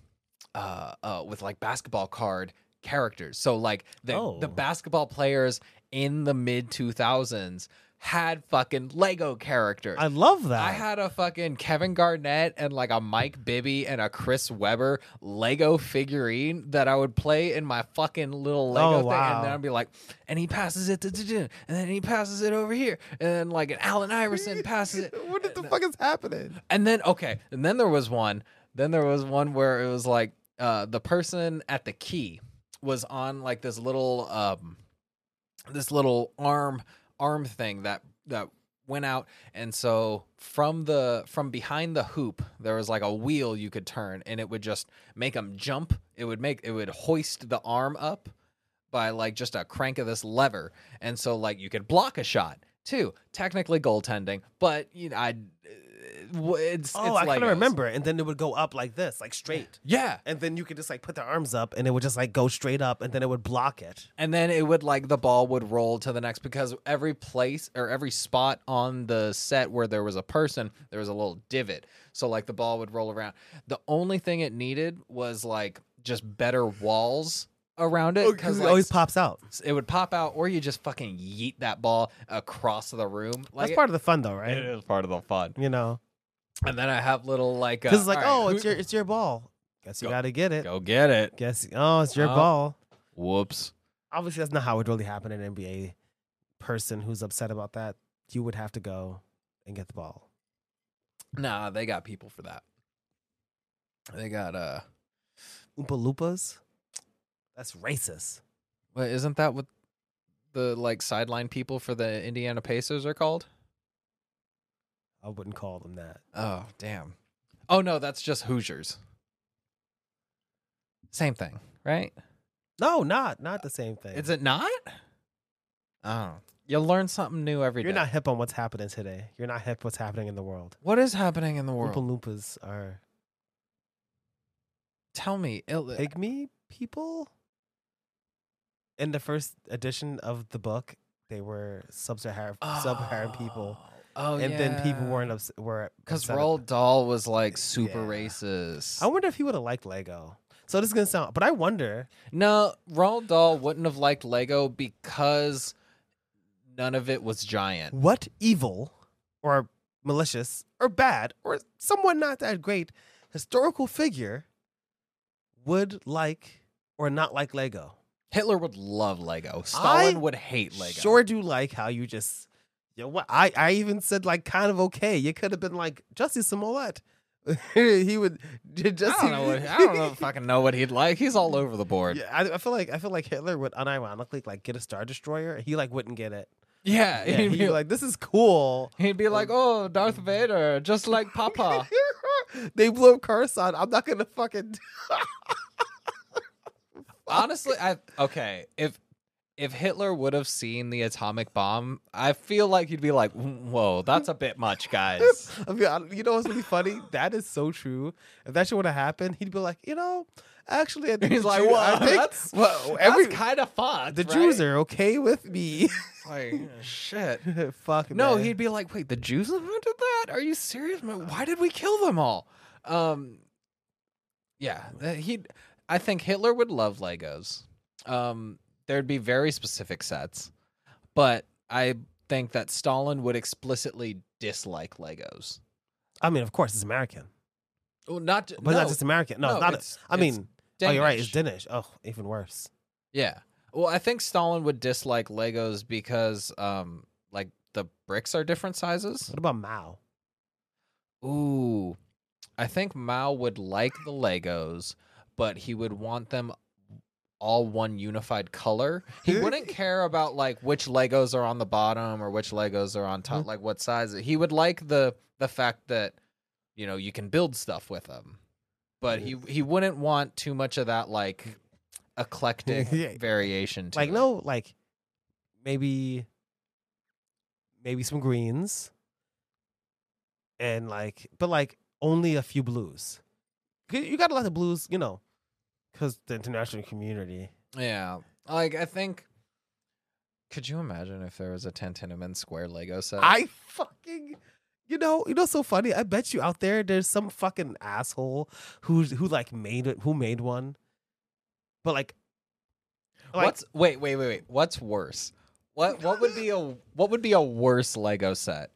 Speaker 1: uh, uh with like basketball card characters so like the
Speaker 2: Oh.
Speaker 1: the basketball players in the mid 2000s had fucking Lego characters.
Speaker 2: I love that.
Speaker 1: I had a fucking Kevin Garnett and like a Mike Bibby and a Chris Webber Lego figurine that I would play in my fucking little Lego
Speaker 2: Oh,
Speaker 1: thing,
Speaker 2: wow.
Speaker 1: and then I'd be like, and he passes it to Jin, and then he passes it over here, and then like an Allen Iverson passes it,
Speaker 2: what the fuck is happening?
Speaker 1: and then okay, and then there was one, then there was one where it was like uh, the person at the key was on like this little um, this little arm arm thing that that went out and so from the from behind the hoop there was like a wheel you could turn and it would just make them jump it would make it would hoist the arm up by like just a crank of this lever and so like you could block a shot too technically goaltending but you know i it's
Speaker 2: Oh,
Speaker 1: it's
Speaker 2: I kind
Speaker 1: Legos.
Speaker 2: of remember. And then it would go up like this, like straight.
Speaker 1: yeah
Speaker 2: And then you could just like put the arms up and it would just like go straight up and then it would block it.
Speaker 1: and then it would like the ball would roll to the next because every place or every spot on the set where there was a person there was a little divot so like the ball would roll around the only thing it needed was like just better walls around it because
Speaker 2: Because
Speaker 1: like,
Speaker 2: Oh, it always pops out.
Speaker 1: it would pop out or you just fucking yeet that ball across the room like
Speaker 2: That's part of the fun though,
Speaker 1: it-
Speaker 2: right?
Speaker 1: it is part of the fun
Speaker 2: You know,
Speaker 1: and then i have little like uh,
Speaker 2: because like,
Speaker 1: all right,
Speaker 2: oh,
Speaker 1: who-
Speaker 2: it's your it's your ball. Guess you
Speaker 1: Go-
Speaker 2: got to get it.
Speaker 1: go get it
Speaker 2: Guess oh, it's your
Speaker 1: Oh.
Speaker 2: ball.
Speaker 1: whoops
Speaker 2: Obviously, that's not how it would really happen. An NBA person who's upset about that, you would have to go and get the ball.
Speaker 1: nah they got people for that they got uh
Speaker 2: Oompa Loompas. That's racist.
Speaker 1: Wait, isn't that what the like sideline people for the Indiana Pacers are called?
Speaker 2: I wouldn't call them that.
Speaker 1: Oh, damn. Oh no, that's just Hoosiers. Same thing, right?
Speaker 2: No, not not the same thing.
Speaker 1: Is it not? Oh, you learn something new every
Speaker 2: You're
Speaker 1: day.
Speaker 2: not hip on what's happening today. You're not hip what's happening in the world.
Speaker 1: What is happening in the world?
Speaker 2: Oompa Loompas are
Speaker 1: Tell me. Il-
Speaker 2: pygmy people. In the first edition of the book, they were sub-Saharan sub-Saharan people,
Speaker 1: Oh,
Speaker 2: and then people
Speaker 1: yeah.
Speaker 2: weren't ups- were
Speaker 1: Because
Speaker 2: upset ab-
Speaker 1: Roald Dahl was like super
Speaker 2: Yeah.
Speaker 1: racist.
Speaker 2: I wonder if he would have liked Lego. So this is gonna sound, but I wonder
Speaker 1: No, Roald Dahl wouldn't have liked Lego because none of it was giant.
Speaker 2: what evil or malicious or bad or someone not that great historical figure would like or not like Lego.
Speaker 1: Hitler would love Lego. Stalin would hate Lego.
Speaker 2: Sure do like how you just you know, what I, I even said like kind of okay. You could have been like Jussie Smollett. he would
Speaker 1: I
Speaker 2: Jussie.
Speaker 1: don't know. What, I don't know. Fucking know what he'd like. He's all over the board.
Speaker 2: Yeah, I, I feel like I feel like Hitler would unironically like get a star destroyer. He like wouldn't get it.
Speaker 1: Yeah,
Speaker 2: Yeah,
Speaker 1: he'd,
Speaker 2: he'd be
Speaker 1: like,
Speaker 2: like, "This is cool."
Speaker 1: he'd be like, "Oh, Darth Vader, just like Papa."
Speaker 2: they blew up Coruscant. I'm not gonna fucking.
Speaker 1: Honestly, I okay. If if Hitler would have seen the atomic bomb, I feel like he'd be like, "Whoa, that's a bit much, guys."
Speaker 2: I mean, I- you know what's really funny? That is so true. If that shit would have happened, he'd be like, you know, actually, I think
Speaker 1: He's
Speaker 2: the
Speaker 1: like,
Speaker 2: Jew-
Speaker 1: "Whoa,
Speaker 2: I think
Speaker 1: that's
Speaker 2: well, every
Speaker 1: that's kind of fun."
Speaker 2: the Jews are okay with me.
Speaker 1: like, shit.
Speaker 2: Fuck
Speaker 1: No,
Speaker 2: man.
Speaker 1: he'd be like, "Wait, the Jews invented that? Are you serious? Man, Why did we kill them all?" Um, yeah, uh, he. I think Hitler would love Legos. Um, there'd be very specific sets, but I think that Stalin would explicitly dislike Legos.
Speaker 2: I mean, of course, it's American,
Speaker 1: Well, not
Speaker 2: but not just American. No, it's not.
Speaker 1: It's,
Speaker 2: I mean,
Speaker 1: it's
Speaker 2: oh, you're right. It's
Speaker 1: Danish.
Speaker 2: Danish. Oh, even worse.
Speaker 1: yeah. Well, I think Stalin would dislike Legos because, um, like the bricks are different sizes.
Speaker 2: What about Mao?
Speaker 1: Ooh, I think Mao would like the Legos, but he would want them all one unified color. He wouldn't care about like which Legos are on the bottom or which Legos are on
Speaker 2: Mm-hmm.
Speaker 1: top, like what size. He would like the the fact that you know you can build stuff with them, but he
Speaker 2: Mm-hmm.
Speaker 1: he wouldn't want too much of that like eclectic
Speaker 2: Yeah.
Speaker 1: variation. To
Speaker 2: like
Speaker 1: it.
Speaker 2: no like maybe maybe some greens and like but like only a few blues 'Cause you gotta let the blues you know because the international community
Speaker 1: yeah, like I think. Could you imagine if there was a Tantiniman square Lego set?
Speaker 2: i fucking you know you know what's so funny i bet you out there there's some fucking asshole who's who like made it who made one but like like
Speaker 1: What's wait, wait, wait, wait. What's worse? What what would be a what would be a worse Lego set?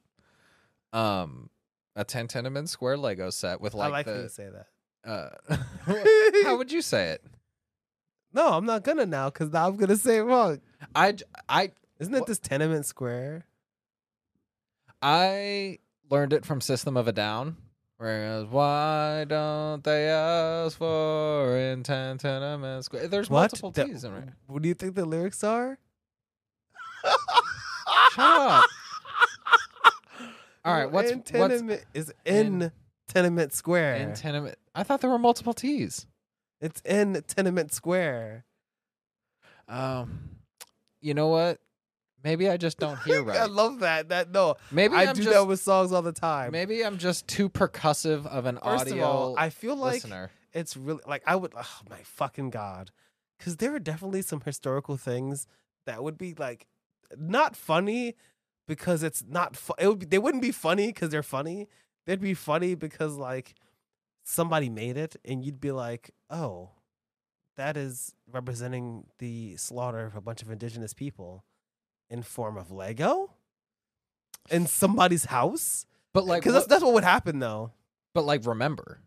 Speaker 1: Um, a ten tenement square Lego set with
Speaker 2: I like
Speaker 1: like
Speaker 2: when you
Speaker 1: the.
Speaker 2: say that.
Speaker 1: Uh, how would you say it?
Speaker 2: No, I'm not gonna now because now I'm gonna say it wrong.
Speaker 1: I I
Speaker 2: Isn't it
Speaker 1: What?
Speaker 2: this tenement square?
Speaker 1: I learned it from System of a Down. Where it goes, why don't they ask for intent tenement square? There's
Speaker 2: What?
Speaker 1: multiple
Speaker 2: The-
Speaker 1: T's in there.
Speaker 2: What do you think the lyrics are?
Speaker 1: Shut up. All right, what's
Speaker 2: in
Speaker 1: what's
Speaker 2: tenement is in,
Speaker 1: in-
Speaker 2: tenement square?
Speaker 1: in tenement? I thought there were multiple T's.
Speaker 2: it's in tenement square.
Speaker 1: Um, you know what? Maybe I just don't hear
Speaker 2: I
Speaker 1: right.
Speaker 2: love that. That no,
Speaker 1: Maybe
Speaker 2: I
Speaker 1: am
Speaker 2: do
Speaker 1: just
Speaker 2: that with songs all the time.
Speaker 1: maybe I'm just too percussive of an
Speaker 2: First
Speaker 1: audio
Speaker 2: of all, I feel like
Speaker 1: listener.
Speaker 2: it's really like I would. Oh my fucking god! Because there are definitely some historical things that would be like not funny because it's not. Fu- it would be, they wouldn't be funny because they're funny. They'd be funny because like somebody made it, and you'd be like, oh, that is representing the slaughter of a bunch of indigenous people in form of Lego in somebody's house.
Speaker 1: But like,
Speaker 2: Because that's,
Speaker 1: what-
Speaker 2: that's what would happen though.
Speaker 1: but like, remember,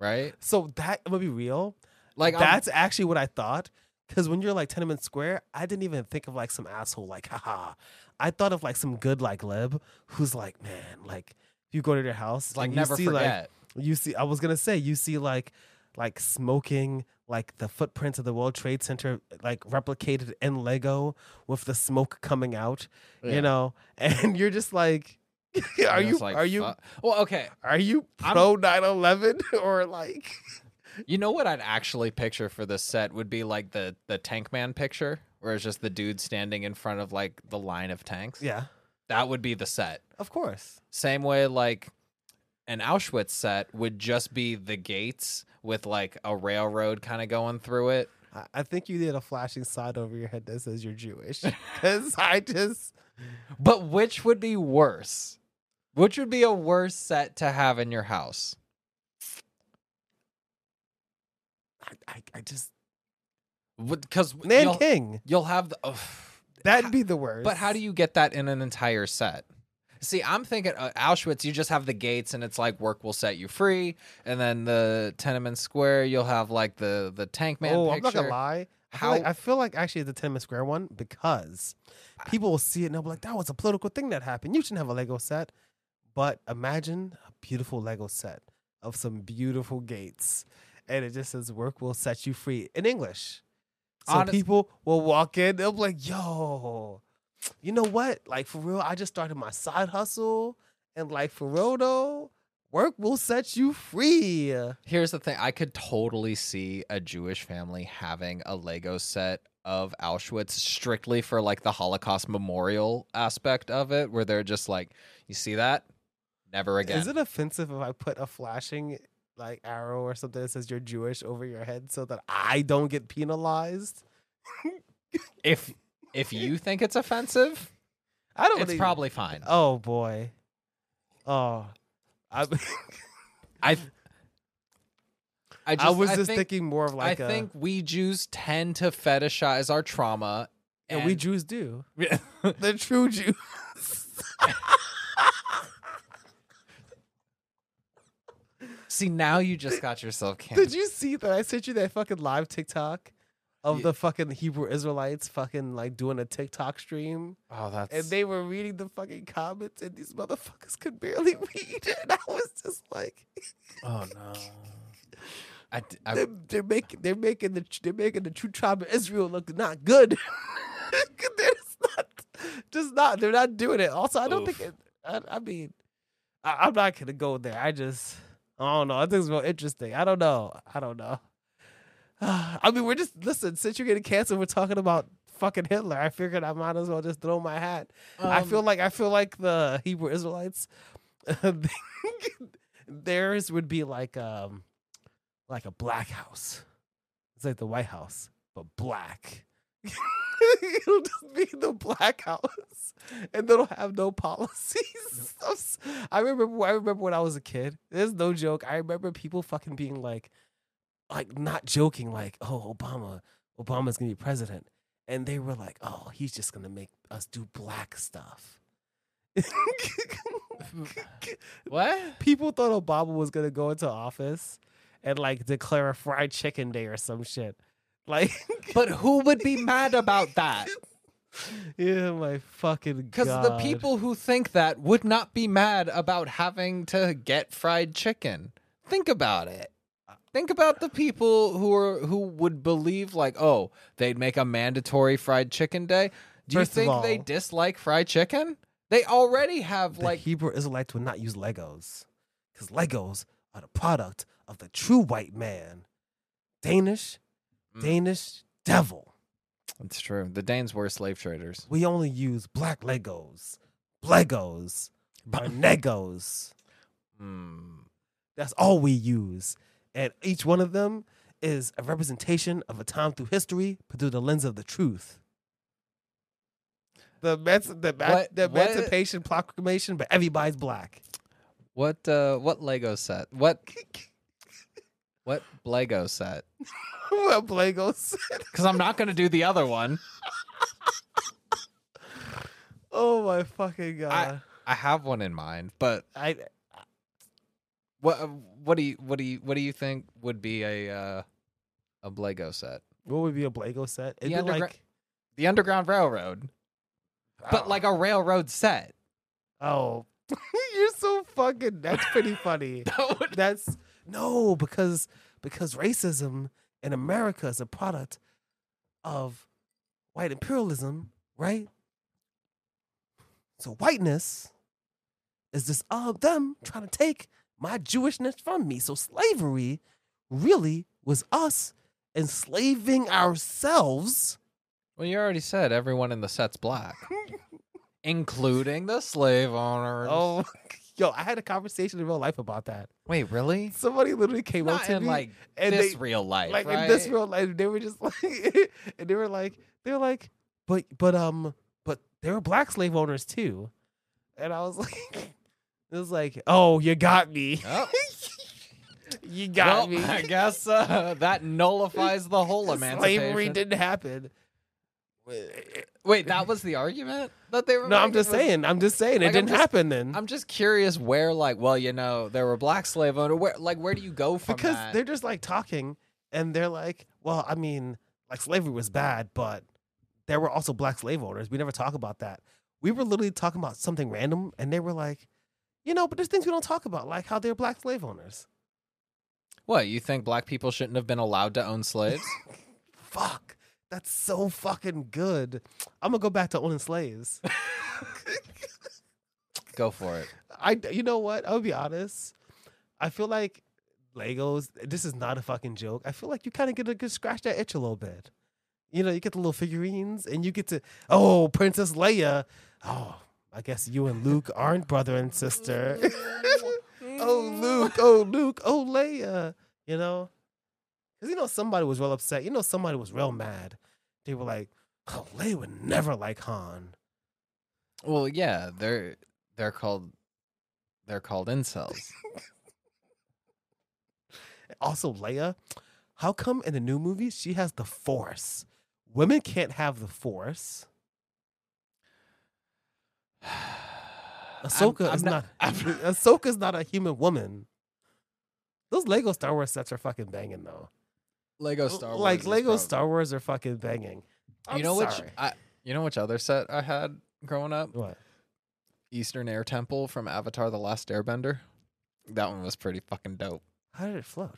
Speaker 1: right?
Speaker 2: So that I'm gonna be real.
Speaker 1: Like I'm-
Speaker 2: That's actually what I thought. Because when you're like Tenement Square, I didn't even think of like some asshole like, haha. I thought of like some good like lib who's like, man, like you go to their house,
Speaker 1: it's like
Speaker 2: and you
Speaker 1: never
Speaker 2: see,
Speaker 1: forget.
Speaker 2: Like, you see, I was gonna say, you see like, like smoking, like the footprints of the World Trade Center, like replicated in Lego with the smoke coming out,
Speaker 1: Yeah.
Speaker 2: you know, and you're just like, are
Speaker 1: And
Speaker 2: you
Speaker 1: it's like,
Speaker 2: are you
Speaker 1: fu- Well, okay.
Speaker 2: are you
Speaker 1: I'm-
Speaker 2: pro 9/11 or like?
Speaker 1: You know what I'd actually picture for this set would be like the the tank man picture, where it's just the dude standing in front of like the line of tanks.
Speaker 2: Yeah,
Speaker 1: That would be the set.
Speaker 2: of course.
Speaker 1: Same way like an Auschwitz set would just be the gates with like a railroad kind of going through it.
Speaker 2: I- I think you did a flashing sign over your head that says you're Jewish. Because I just,
Speaker 1: But which would be worse? Which would be a worse set to have in your house?
Speaker 2: I, I, I just.
Speaker 1: Because
Speaker 2: Nan
Speaker 1: you'll,
Speaker 2: King.
Speaker 1: you'll have the. ugh.
Speaker 2: That'd be the worst.
Speaker 1: But how do you get that in an entire set? See, I'm thinking uh, Auschwitz, you just have the gates and it's like work will set you free. And then the Tenement Square, you'll have like the, the tank man
Speaker 2: oh, I'm
Speaker 1: picture.
Speaker 2: not gonna lie. I feel,
Speaker 1: How
Speaker 2: like, I feel like actually the Tenement Square one because people will see it and they'll be like, "That was a political thing that happened. You shouldn't have a Lego set." But imagine a beautiful Lego set of some beautiful gates, and it just says "Work will set you free" in English. So
Speaker 1: Honest-
Speaker 2: people will walk in. They'll be like, "Yo, you know what? Like for real, I just started my side hustle, and like for real though, work will set you free."
Speaker 1: Here's the thing I could totally see a Jewish family having a Lego set of Auschwitz strictly for like the Holocaust memorial aspect of it, where they're just like, you see that? Never again.
Speaker 2: Is it offensive if I put a flashing like arrow or something that says you're Jewish over your head so that I don't get penalized?
Speaker 1: if if you think it's offensive,
Speaker 2: I don't.
Speaker 1: it's
Speaker 2: even-
Speaker 1: probably fine.
Speaker 2: Oh boy. Oh, I
Speaker 1: I I,
Speaker 2: I was
Speaker 1: I
Speaker 2: just
Speaker 1: think,
Speaker 2: thinking more of like uh,
Speaker 1: I
Speaker 2: a-
Speaker 1: think we Jews tend to fetishize our trauma,
Speaker 2: and we Jews do
Speaker 1: Jew-
Speaker 2: the true Jews.
Speaker 1: see now you just got yourself canceled.
Speaker 2: Did you see that I sent you that fucking live TikTok of
Speaker 1: Ye-
Speaker 2: the fucking Hebrew Israelites fucking like doing a TikTok stream?
Speaker 1: oh, that's
Speaker 2: and they were reading the fucking comments, and these motherfuckers could barely read. And I was just like,
Speaker 3: Oh no.
Speaker 1: I, d- I-
Speaker 2: they're, they're making they're making the they're making the true tribe of Israel look not good. they're just not, just not they're not doing it. Also, I don't think it. I, I mean, I, I'm not gonna go there. I just I don't know. I think it's more interesting. I don't know. I don't know. I mean, we're just listen. Since you're getting canceled, we're talking about fucking Hitler. I figured I might as well just throw my hat. I
Speaker 1: Um,
Speaker 2: feel like I feel like the Hebrew Israelites, theirs would be like um, like a black house. It's like the White House, but black. it'll just be the black house, and they'll have no policies. I'm s- I remember. I remember when I was a kid. There's no joke. I remember people fucking being like, like not joking, like, "Oh, Obama, Obama's gonna be president,"
Speaker 4: and they were like, "Oh, he's just gonna make us do black stuff."
Speaker 1: What?
Speaker 4: People thought Obama was gonna go into office and like declare a fried chicken day or some shit. Like,
Speaker 1: But who would be mad about that?
Speaker 4: yeah, my fucking
Speaker 1: Because the
Speaker 4: God.
Speaker 1: people who think that would not be mad about having to get fried chicken. Think about it. Think about the people who are who would believe like, oh, they'd make a mandatory fried chicken day. Do
Speaker 4: First of
Speaker 1: you think they
Speaker 4: all-
Speaker 1: dislike fried chicken? They already have
Speaker 2: The
Speaker 1: like
Speaker 2: Hebrew Israelites would not use Legos because Legos are the product of the true white man, Danish,
Speaker 1: Mm.
Speaker 2: Danish devil.
Speaker 1: it's true. The Danes were slave traders.
Speaker 2: We only use black Legos, Legos, or Negos.
Speaker 1: Mm.
Speaker 2: That's all we use. And each one of them is a representation of a time through history, but through the lens of the truth.
Speaker 4: the emanci- the, ma-
Speaker 1: What-
Speaker 4: the
Speaker 1: what-
Speaker 4: Emancipation Proclamation, but everybody's black.
Speaker 1: What uh what Lego set? What what Lego set?
Speaker 4: well, Blagos.
Speaker 1: Because I'm not gonna do the other one.
Speaker 4: Oh my fucking god!
Speaker 1: I have one in mind, but
Speaker 4: I,
Speaker 1: What uh, what do you what do you what do you think would be a uh, a Lego set?
Speaker 4: what would be a Blago set? It'd
Speaker 1: The
Speaker 4: be
Speaker 1: undergra-
Speaker 4: like,
Speaker 1: The Underground Railroad, but
Speaker 4: oh,
Speaker 1: like a railroad set.
Speaker 4: oh, you're so fucking. That's pretty funny.
Speaker 1: That would
Speaker 4: That's
Speaker 2: No, because because racism in America is a product of white imperialism, right? So whiteness is this uh them trying to take my Jewishness from me. So slavery really was us enslaving ourselves.
Speaker 1: well, you already said everyone in the set's black, including the slave owners.
Speaker 4: oh, yo! I had a conversation in real life about that.
Speaker 1: wait, really?
Speaker 4: Somebody literally came up
Speaker 1: Not
Speaker 4: to
Speaker 1: in
Speaker 4: me
Speaker 1: like
Speaker 4: and
Speaker 1: this
Speaker 4: they,
Speaker 1: real life,
Speaker 4: like
Speaker 1: right?
Speaker 4: in this real life, they were just like, and they were like, they were like,
Speaker 2: But but um
Speaker 4: but there were black slave owners too. And I was like, it was like, oh, you got me.
Speaker 1: Oh,
Speaker 4: You
Speaker 1: well,
Speaker 4: got me.
Speaker 1: I guess uh, that nullifies the whole emancipation.
Speaker 4: Slavery didn't happen.
Speaker 1: Wait, that was the argument that they were.
Speaker 4: No, I'm
Speaker 1: making?
Speaker 4: just
Speaker 1: Was-
Speaker 4: saying. I'm just saying. It
Speaker 1: Like, I'm
Speaker 4: didn't
Speaker 1: just-
Speaker 4: happen then.
Speaker 1: I'm just curious where, like, well, you know, there were black slave owners. Where, like, where do you go from
Speaker 4: because
Speaker 1: that?
Speaker 4: they're just like talking and they're like,
Speaker 2: well, I mean, like slavery was bad, but there were also black slave owners. We never talk about that. We were literally talking about something random, and they were like, you know, but there's things we don't talk about, like how they're black slave owners.
Speaker 1: What you think black people shouldn't have been allowed to own slaves?
Speaker 2: Fuck, that's so fucking good. I'm gonna go back to owning slaves.
Speaker 1: go for it.
Speaker 4: I,
Speaker 2: You know what? I'll be honest. I feel like Legos. This is not a fucking joke. I feel like you kind of get to get- scratch that itch a little bit. You know, you get the little figurines, and you get to oh, Princess Leia. Oh, I guess you and Luke aren't brother and sister. oh Luke, oh Luke, oh Leia. You know, because you know somebody was real upset. You know somebody was real mad. They were like, oh, Leia would never like Han.
Speaker 1: Well, yeah, they're they're called they're called incels.
Speaker 2: Also, Leia, how come in the new movie she has the Force? Women can't have the Force. Ahsoka
Speaker 1: I'm
Speaker 2: is
Speaker 1: not-
Speaker 2: not. Ahsoka is not a human woman. Those Lego Star Wars sets are fucking banging though.
Speaker 1: Lego Star Wars.
Speaker 2: like
Speaker 1: is
Speaker 2: Lego
Speaker 1: probably-
Speaker 2: Star Wars are fucking banging. I'm
Speaker 1: You know which
Speaker 2: sorry.
Speaker 1: I, you know which other set I had growing up?
Speaker 2: What?
Speaker 1: Eastern Air Temple from Avatar: The Last Airbender. That one was pretty fucking dope.
Speaker 2: How did it float?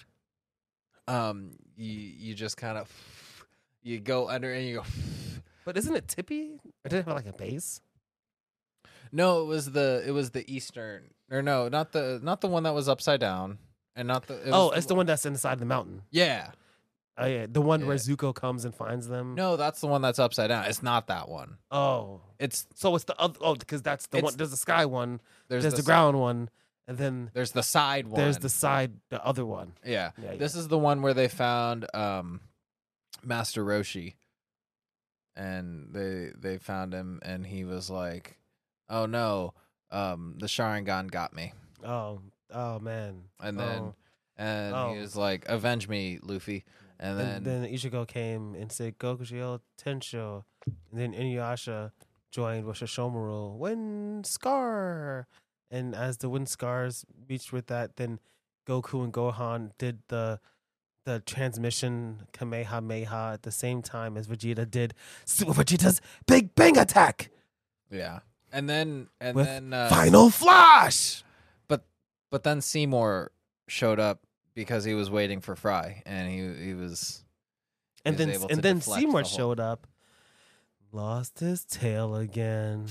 Speaker 1: Um, you you just kind of you go under and you go.
Speaker 2: But isn't it tippy? Or did it have like a base?
Speaker 1: No, it was the it was the Eastern or no, not the not the one that was upside down and not the it was
Speaker 2: oh, it's the one that's inside the mountain.
Speaker 1: Yeah.
Speaker 2: Oh yeah, the one where
Speaker 1: Yeah.
Speaker 2: Zuko comes and finds them.
Speaker 1: No, that's the one that's upside down. It's not that one.
Speaker 2: Oh,
Speaker 1: It's
Speaker 2: so it's the other. Oh, because that's the
Speaker 1: It's-
Speaker 2: one. There's the sky one.
Speaker 1: there's,
Speaker 2: There's,
Speaker 1: the,
Speaker 2: the
Speaker 1: s-
Speaker 2: ground one, and then
Speaker 1: There's the side one.
Speaker 2: there's the side, the other one.
Speaker 1: yeah.
Speaker 2: Yeah, yeah.
Speaker 1: This is the one where they found um, Master Roshi, and they they found him, and he was like, "Oh no, um, the Sharingan got me,"
Speaker 2: Oh, oh man.
Speaker 1: and then
Speaker 2: Oh.
Speaker 1: and
Speaker 2: Oh.
Speaker 1: he was like, "Avenge me, Luffy," and then,
Speaker 2: And then Ichigo came and said, Gokujiro Tensho. And then Inuyasha joined with Shishomaru. Wind Scar! And as the Wind Scars reached with that, then Goku and Gohan did the the transmission Kamehameha at the same time as Vegeta did Super Vegeta's Big Bang Attack!
Speaker 1: yeah, and then and
Speaker 2: With
Speaker 1: then uh,
Speaker 2: Final Flash!
Speaker 1: but then Seymour showed up because he was waiting for Fry, and he he was was
Speaker 2: And then
Speaker 1: able to
Speaker 2: and then
Speaker 1: deflect
Speaker 2: Seymour
Speaker 1: the whole-
Speaker 2: showed up. Lost his tail again.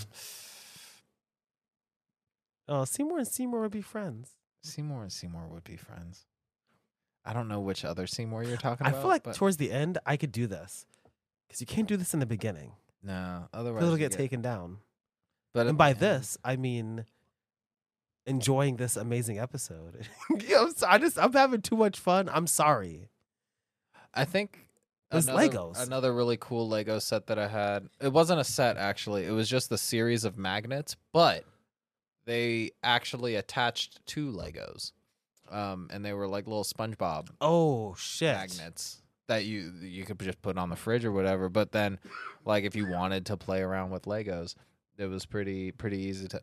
Speaker 2: Oh, Seymour and Seymour would be friends.
Speaker 1: Seymour and Seymour would be friends. I don't know which other Seymour you're talking
Speaker 2: I
Speaker 1: about.
Speaker 2: feel like
Speaker 1: but
Speaker 2: towards the end I could do this. Because you can't do this in the beginning.
Speaker 1: no, otherwise
Speaker 2: 'cause It'll
Speaker 1: you
Speaker 2: get taken down.
Speaker 1: But
Speaker 2: And
Speaker 1: at
Speaker 2: by
Speaker 1: the end-
Speaker 2: this I mean enjoying this amazing episode. I'm so, I just I'm having too much fun. I'm sorry.
Speaker 1: I think
Speaker 2: There's
Speaker 1: another,
Speaker 2: Legos.
Speaker 1: Another really cool Lego set that I had. It wasn't a set actually. It was just the series of magnets, but they actually attached to Legos. Um, and they were like little SpongeBob
Speaker 2: Oh shit.
Speaker 1: magnets that you you could just put on the fridge or whatever. But then, like if you wanted to play around with Legos, it was pretty pretty easy to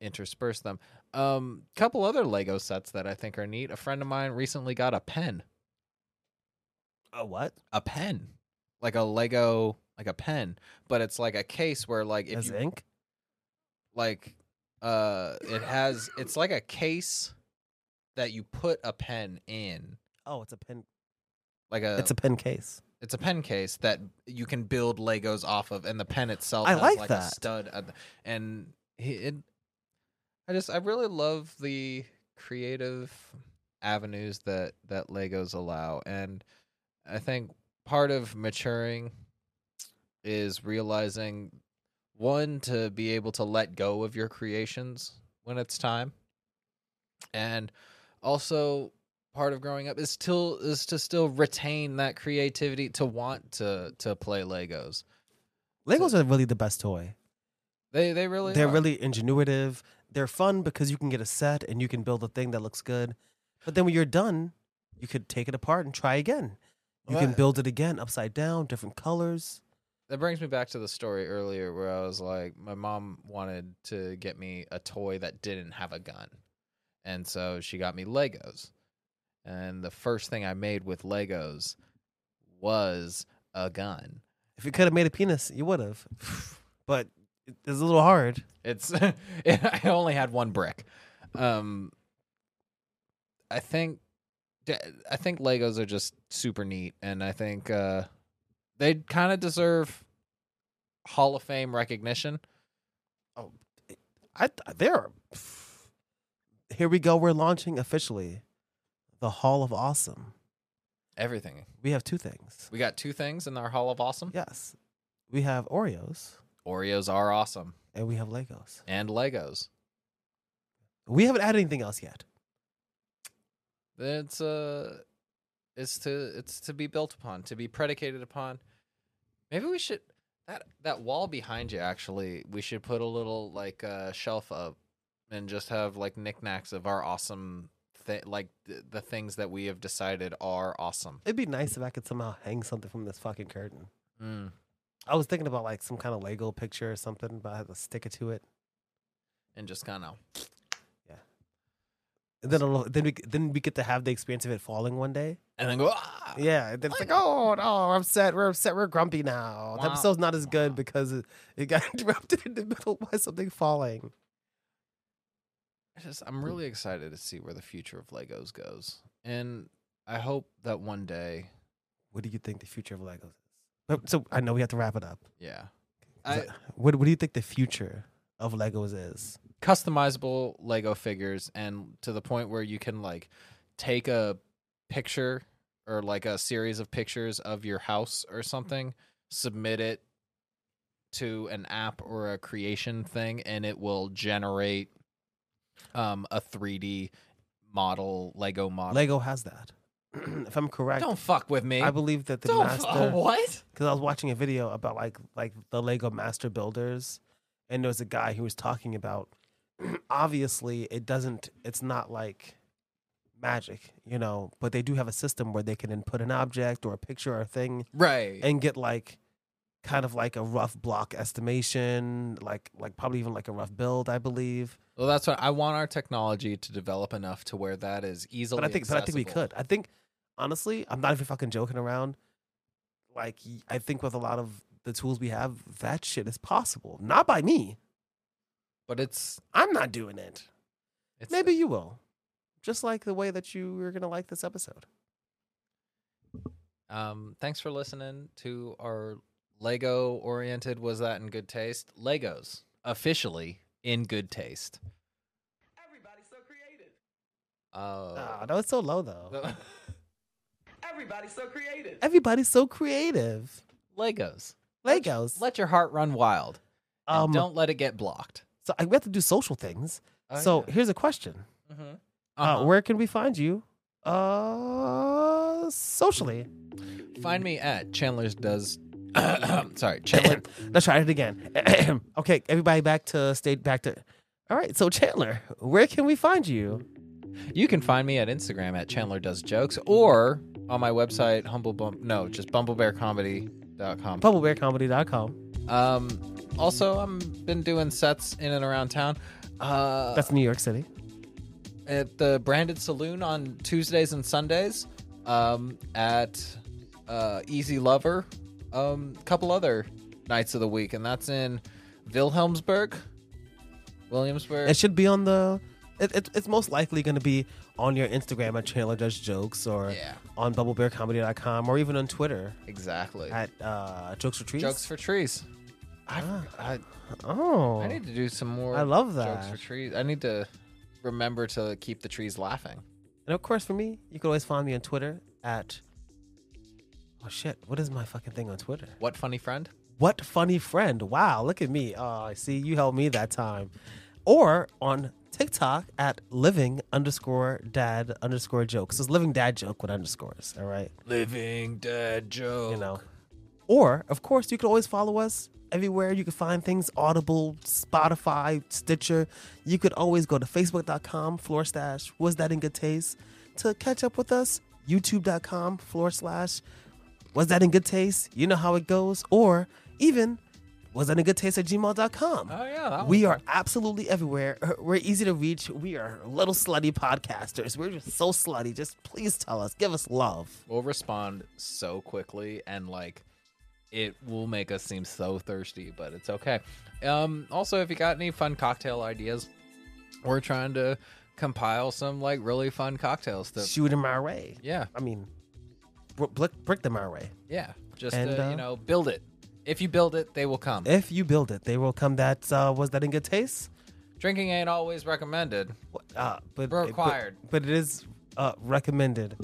Speaker 1: intersperse them. Um, couple other Lego sets that I think are neat. A friend of mine recently got a pen
Speaker 2: A what?
Speaker 1: a pen, like a Lego, like a pen, but it's like a case where like if
Speaker 2: As
Speaker 1: you
Speaker 2: ink?
Speaker 1: like, uh, it has it's like a case that you put a pen in,
Speaker 2: Oh, it's a pen
Speaker 1: like a
Speaker 2: it's a pen case.
Speaker 1: it's a pen case that you can build Legos off of, and the pen itself
Speaker 2: I
Speaker 1: has
Speaker 2: like
Speaker 1: like a
Speaker 2: that.
Speaker 1: stud, at the- and he, it, I just I really love the creative avenues that that Legos allow, and I think part of maturing is realizing one to be able to let go of your creations when it's time, and also part of growing up is still is to still retain that creativity to want to to play Legos.
Speaker 2: Legos are really the best toy.
Speaker 1: They they really
Speaker 2: They're
Speaker 1: are.
Speaker 2: really ingenuitive. They're fun because you can get a set and you can build a thing that looks good. But then when you're done, you could take it apart and try again. You can
Speaker 1: Right.
Speaker 2: build it again upside down, different colors.
Speaker 1: that brings me back to the story earlier where I was like, my mom wanted to get me a toy that didn't have a gun, and so she got me Legos, and the first thing I made with Legos was a gun.
Speaker 2: If you could have made a penis, you would have. But it- it's a little hard.
Speaker 1: It's I only had one brick. Um, I think I think Legos are just super neat, and I think uh, they kind of deserve Hall of Fame recognition.
Speaker 2: I th- there. Here we go. We're launching officially the Hall of Awesome.
Speaker 1: Everything
Speaker 2: We have two things.
Speaker 1: we got two things in our Hall of Awesome.
Speaker 2: Yes, we have Oreos
Speaker 1: Oreos are awesome,
Speaker 2: and we have Legos.
Speaker 1: and Legos.
Speaker 2: We haven't added anything else yet.
Speaker 1: It's uh, it's to it's to be built upon, to be predicated upon. Maybe we should that that wall behind you. Actually, we should put a little like uh, shelf up, and just have like knickknacks of our awesome, thi- like th- the things that we have decided are awesome.
Speaker 2: It'd be nice if I could somehow hang something from this fucking curtain. I was thinking about like some kind of Lego picture or something, but I had to stick it to it.
Speaker 1: And just kind of
Speaker 2: And then it'll, then we then we get to have the experience of it falling one day.
Speaker 1: and then go. Ah!
Speaker 2: Yeah, and then it's like, oh no, I'm upset. We're upset. We're grumpy now. The
Speaker 1: Wow.
Speaker 2: episode's not as good
Speaker 1: Wow.
Speaker 2: because it, it got interrupted in the middle by something falling.
Speaker 1: I just I'm really excited to see where the future of Legos goes, and I hope that one day,
Speaker 2: What do you think the future of Legos is? But- So I know we have to wrap it up.
Speaker 1: yeah,
Speaker 2: Is
Speaker 1: I-
Speaker 2: that- what what do you think the future of Legos is?
Speaker 1: customizable Lego figures and to the point where you can like take a picture or like a series of pictures of your house or something, submit it to an app or a creation thing and it will generate um a 3D model Lego model.
Speaker 2: Lego has that. if I'm correct,
Speaker 1: Uh, Don't fuck with me.
Speaker 2: I believe that the
Speaker 1: Don't oh,
Speaker 2: master.
Speaker 1: fu- what?
Speaker 2: because I was watching a video about like like the Lego master builders, and there was a guy who was talking about obviously it doesn't it's not like magic, you know, but they do have a system where they can input an object or a picture or a thing
Speaker 1: Right.
Speaker 2: and get like kind of like a rough block estimation, like like probably even like a rough build, I believe.
Speaker 1: well, that's what I want our technology to develop enough to where that is easily.
Speaker 2: But I think but I think we
Speaker 1: accessible.
Speaker 2: could. I think honestly, I'm not even fucking joking around. Like y- I think with a lot of the tools we have, that shit is possible. Not by me.
Speaker 1: But it's,
Speaker 2: I'm not doing it.
Speaker 1: it's
Speaker 2: Maybe you will. Just like the way that you were gonna like this episode.
Speaker 1: Um, thanks for listening to our Lego oriented. Was that in good taste? Legos officially in good taste.
Speaker 5: Everybody's so creative.
Speaker 1: Uh,
Speaker 2: Ah, that was so low though.
Speaker 5: Everybody's so creative.
Speaker 2: Everybody's so creative.
Speaker 1: Legos.
Speaker 2: Legos.
Speaker 1: Let your heart run wild. and
Speaker 2: um,
Speaker 1: don't let it get blocked. Oh,
Speaker 2: so I, we have to do social things. so here's a question: uh
Speaker 1: Uh-huh.
Speaker 2: Where can we find you? Uh, socially.
Speaker 1: find me at Chandler's does. sorry, Chandler.
Speaker 2: Let's try it again. okay, everybody, back to state. Back to. All right. So Chandler, where can we find you?
Speaker 1: You can find me at Instagram at Chandler does jokes or on my website humble bump. No, just bumblebearcomedy.com.
Speaker 2: Bubblebearcomedy.com.
Speaker 1: Um, also, I've been doing sets in and around town. Uh,
Speaker 2: That's New York City.
Speaker 1: at the Branded Saloon on Tuesdays and Sundays, um, at uh, Easy Lover, a um, couple other nights of the week, and that's in Wilhelmsburg, Williamsburg.
Speaker 2: It should be on the. It, it, it's most likely going to be on your Instagram at Chandler Does Jokes or
Speaker 1: Yeah.
Speaker 2: on bubblebearcomedy.com or even on Twitter
Speaker 1: exactly.
Speaker 2: at uh, Jokes Retreats.
Speaker 1: Jokes for trees. I, I,
Speaker 2: oh.
Speaker 1: I need to do some more.
Speaker 2: I love
Speaker 1: Jokes
Speaker 2: that.
Speaker 1: for trees. I need to remember to keep the trees laughing.
Speaker 2: And of course, for me, you can always find me on Twitter at. Oh shit! What is my fucking thing on Twitter?
Speaker 1: What funny friend?
Speaker 2: What funny friend? Wow, look at me! Oh, I see you helped me that time. Or on TikTok at living underscore dad underscore jokes. It's living dad joke with underscores. All right,
Speaker 3: Living dead joke.
Speaker 2: you know. Or of course, you can always follow us everywhere. You can find things Audible, Spotify, Stitcher. You could always go to facebook.com floor slash was that in good taste to catch up with us. YouTube.com floor slash was that in good taste. You know how it goes. Or even was that in good taste at gmail.com.
Speaker 1: Oh yeah, that
Speaker 2: We are absolutely everywhere. We're easy to reach. We are little slutty podcasters. We're just so slutty. Just please tell us. Give us love.
Speaker 1: will respond so quickly and like it will make us seem so thirsty but it's okay um also if you got any fun cocktail ideas we're trying to compile some like really fun cocktails that
Speaker 2: Shoot 'em our way.
Speaker 1: yeah
Speaker 2: I mean, br- brick, brick them our way.
Speaker 1: yeah just
Speaker 2: And,
Speaker 1: to,
Speaker 2: uh, Eh
Speaker 1: you know build it if you build it they will come
Speaker 2: If you build it, they will come. That uh, was that in good taste.
Speaker 1: drinking ain't always recommended
Speaker 2: What- Uh, but but-
Speaker 1: Required.
Speaker 2: But, it is uh, recommended.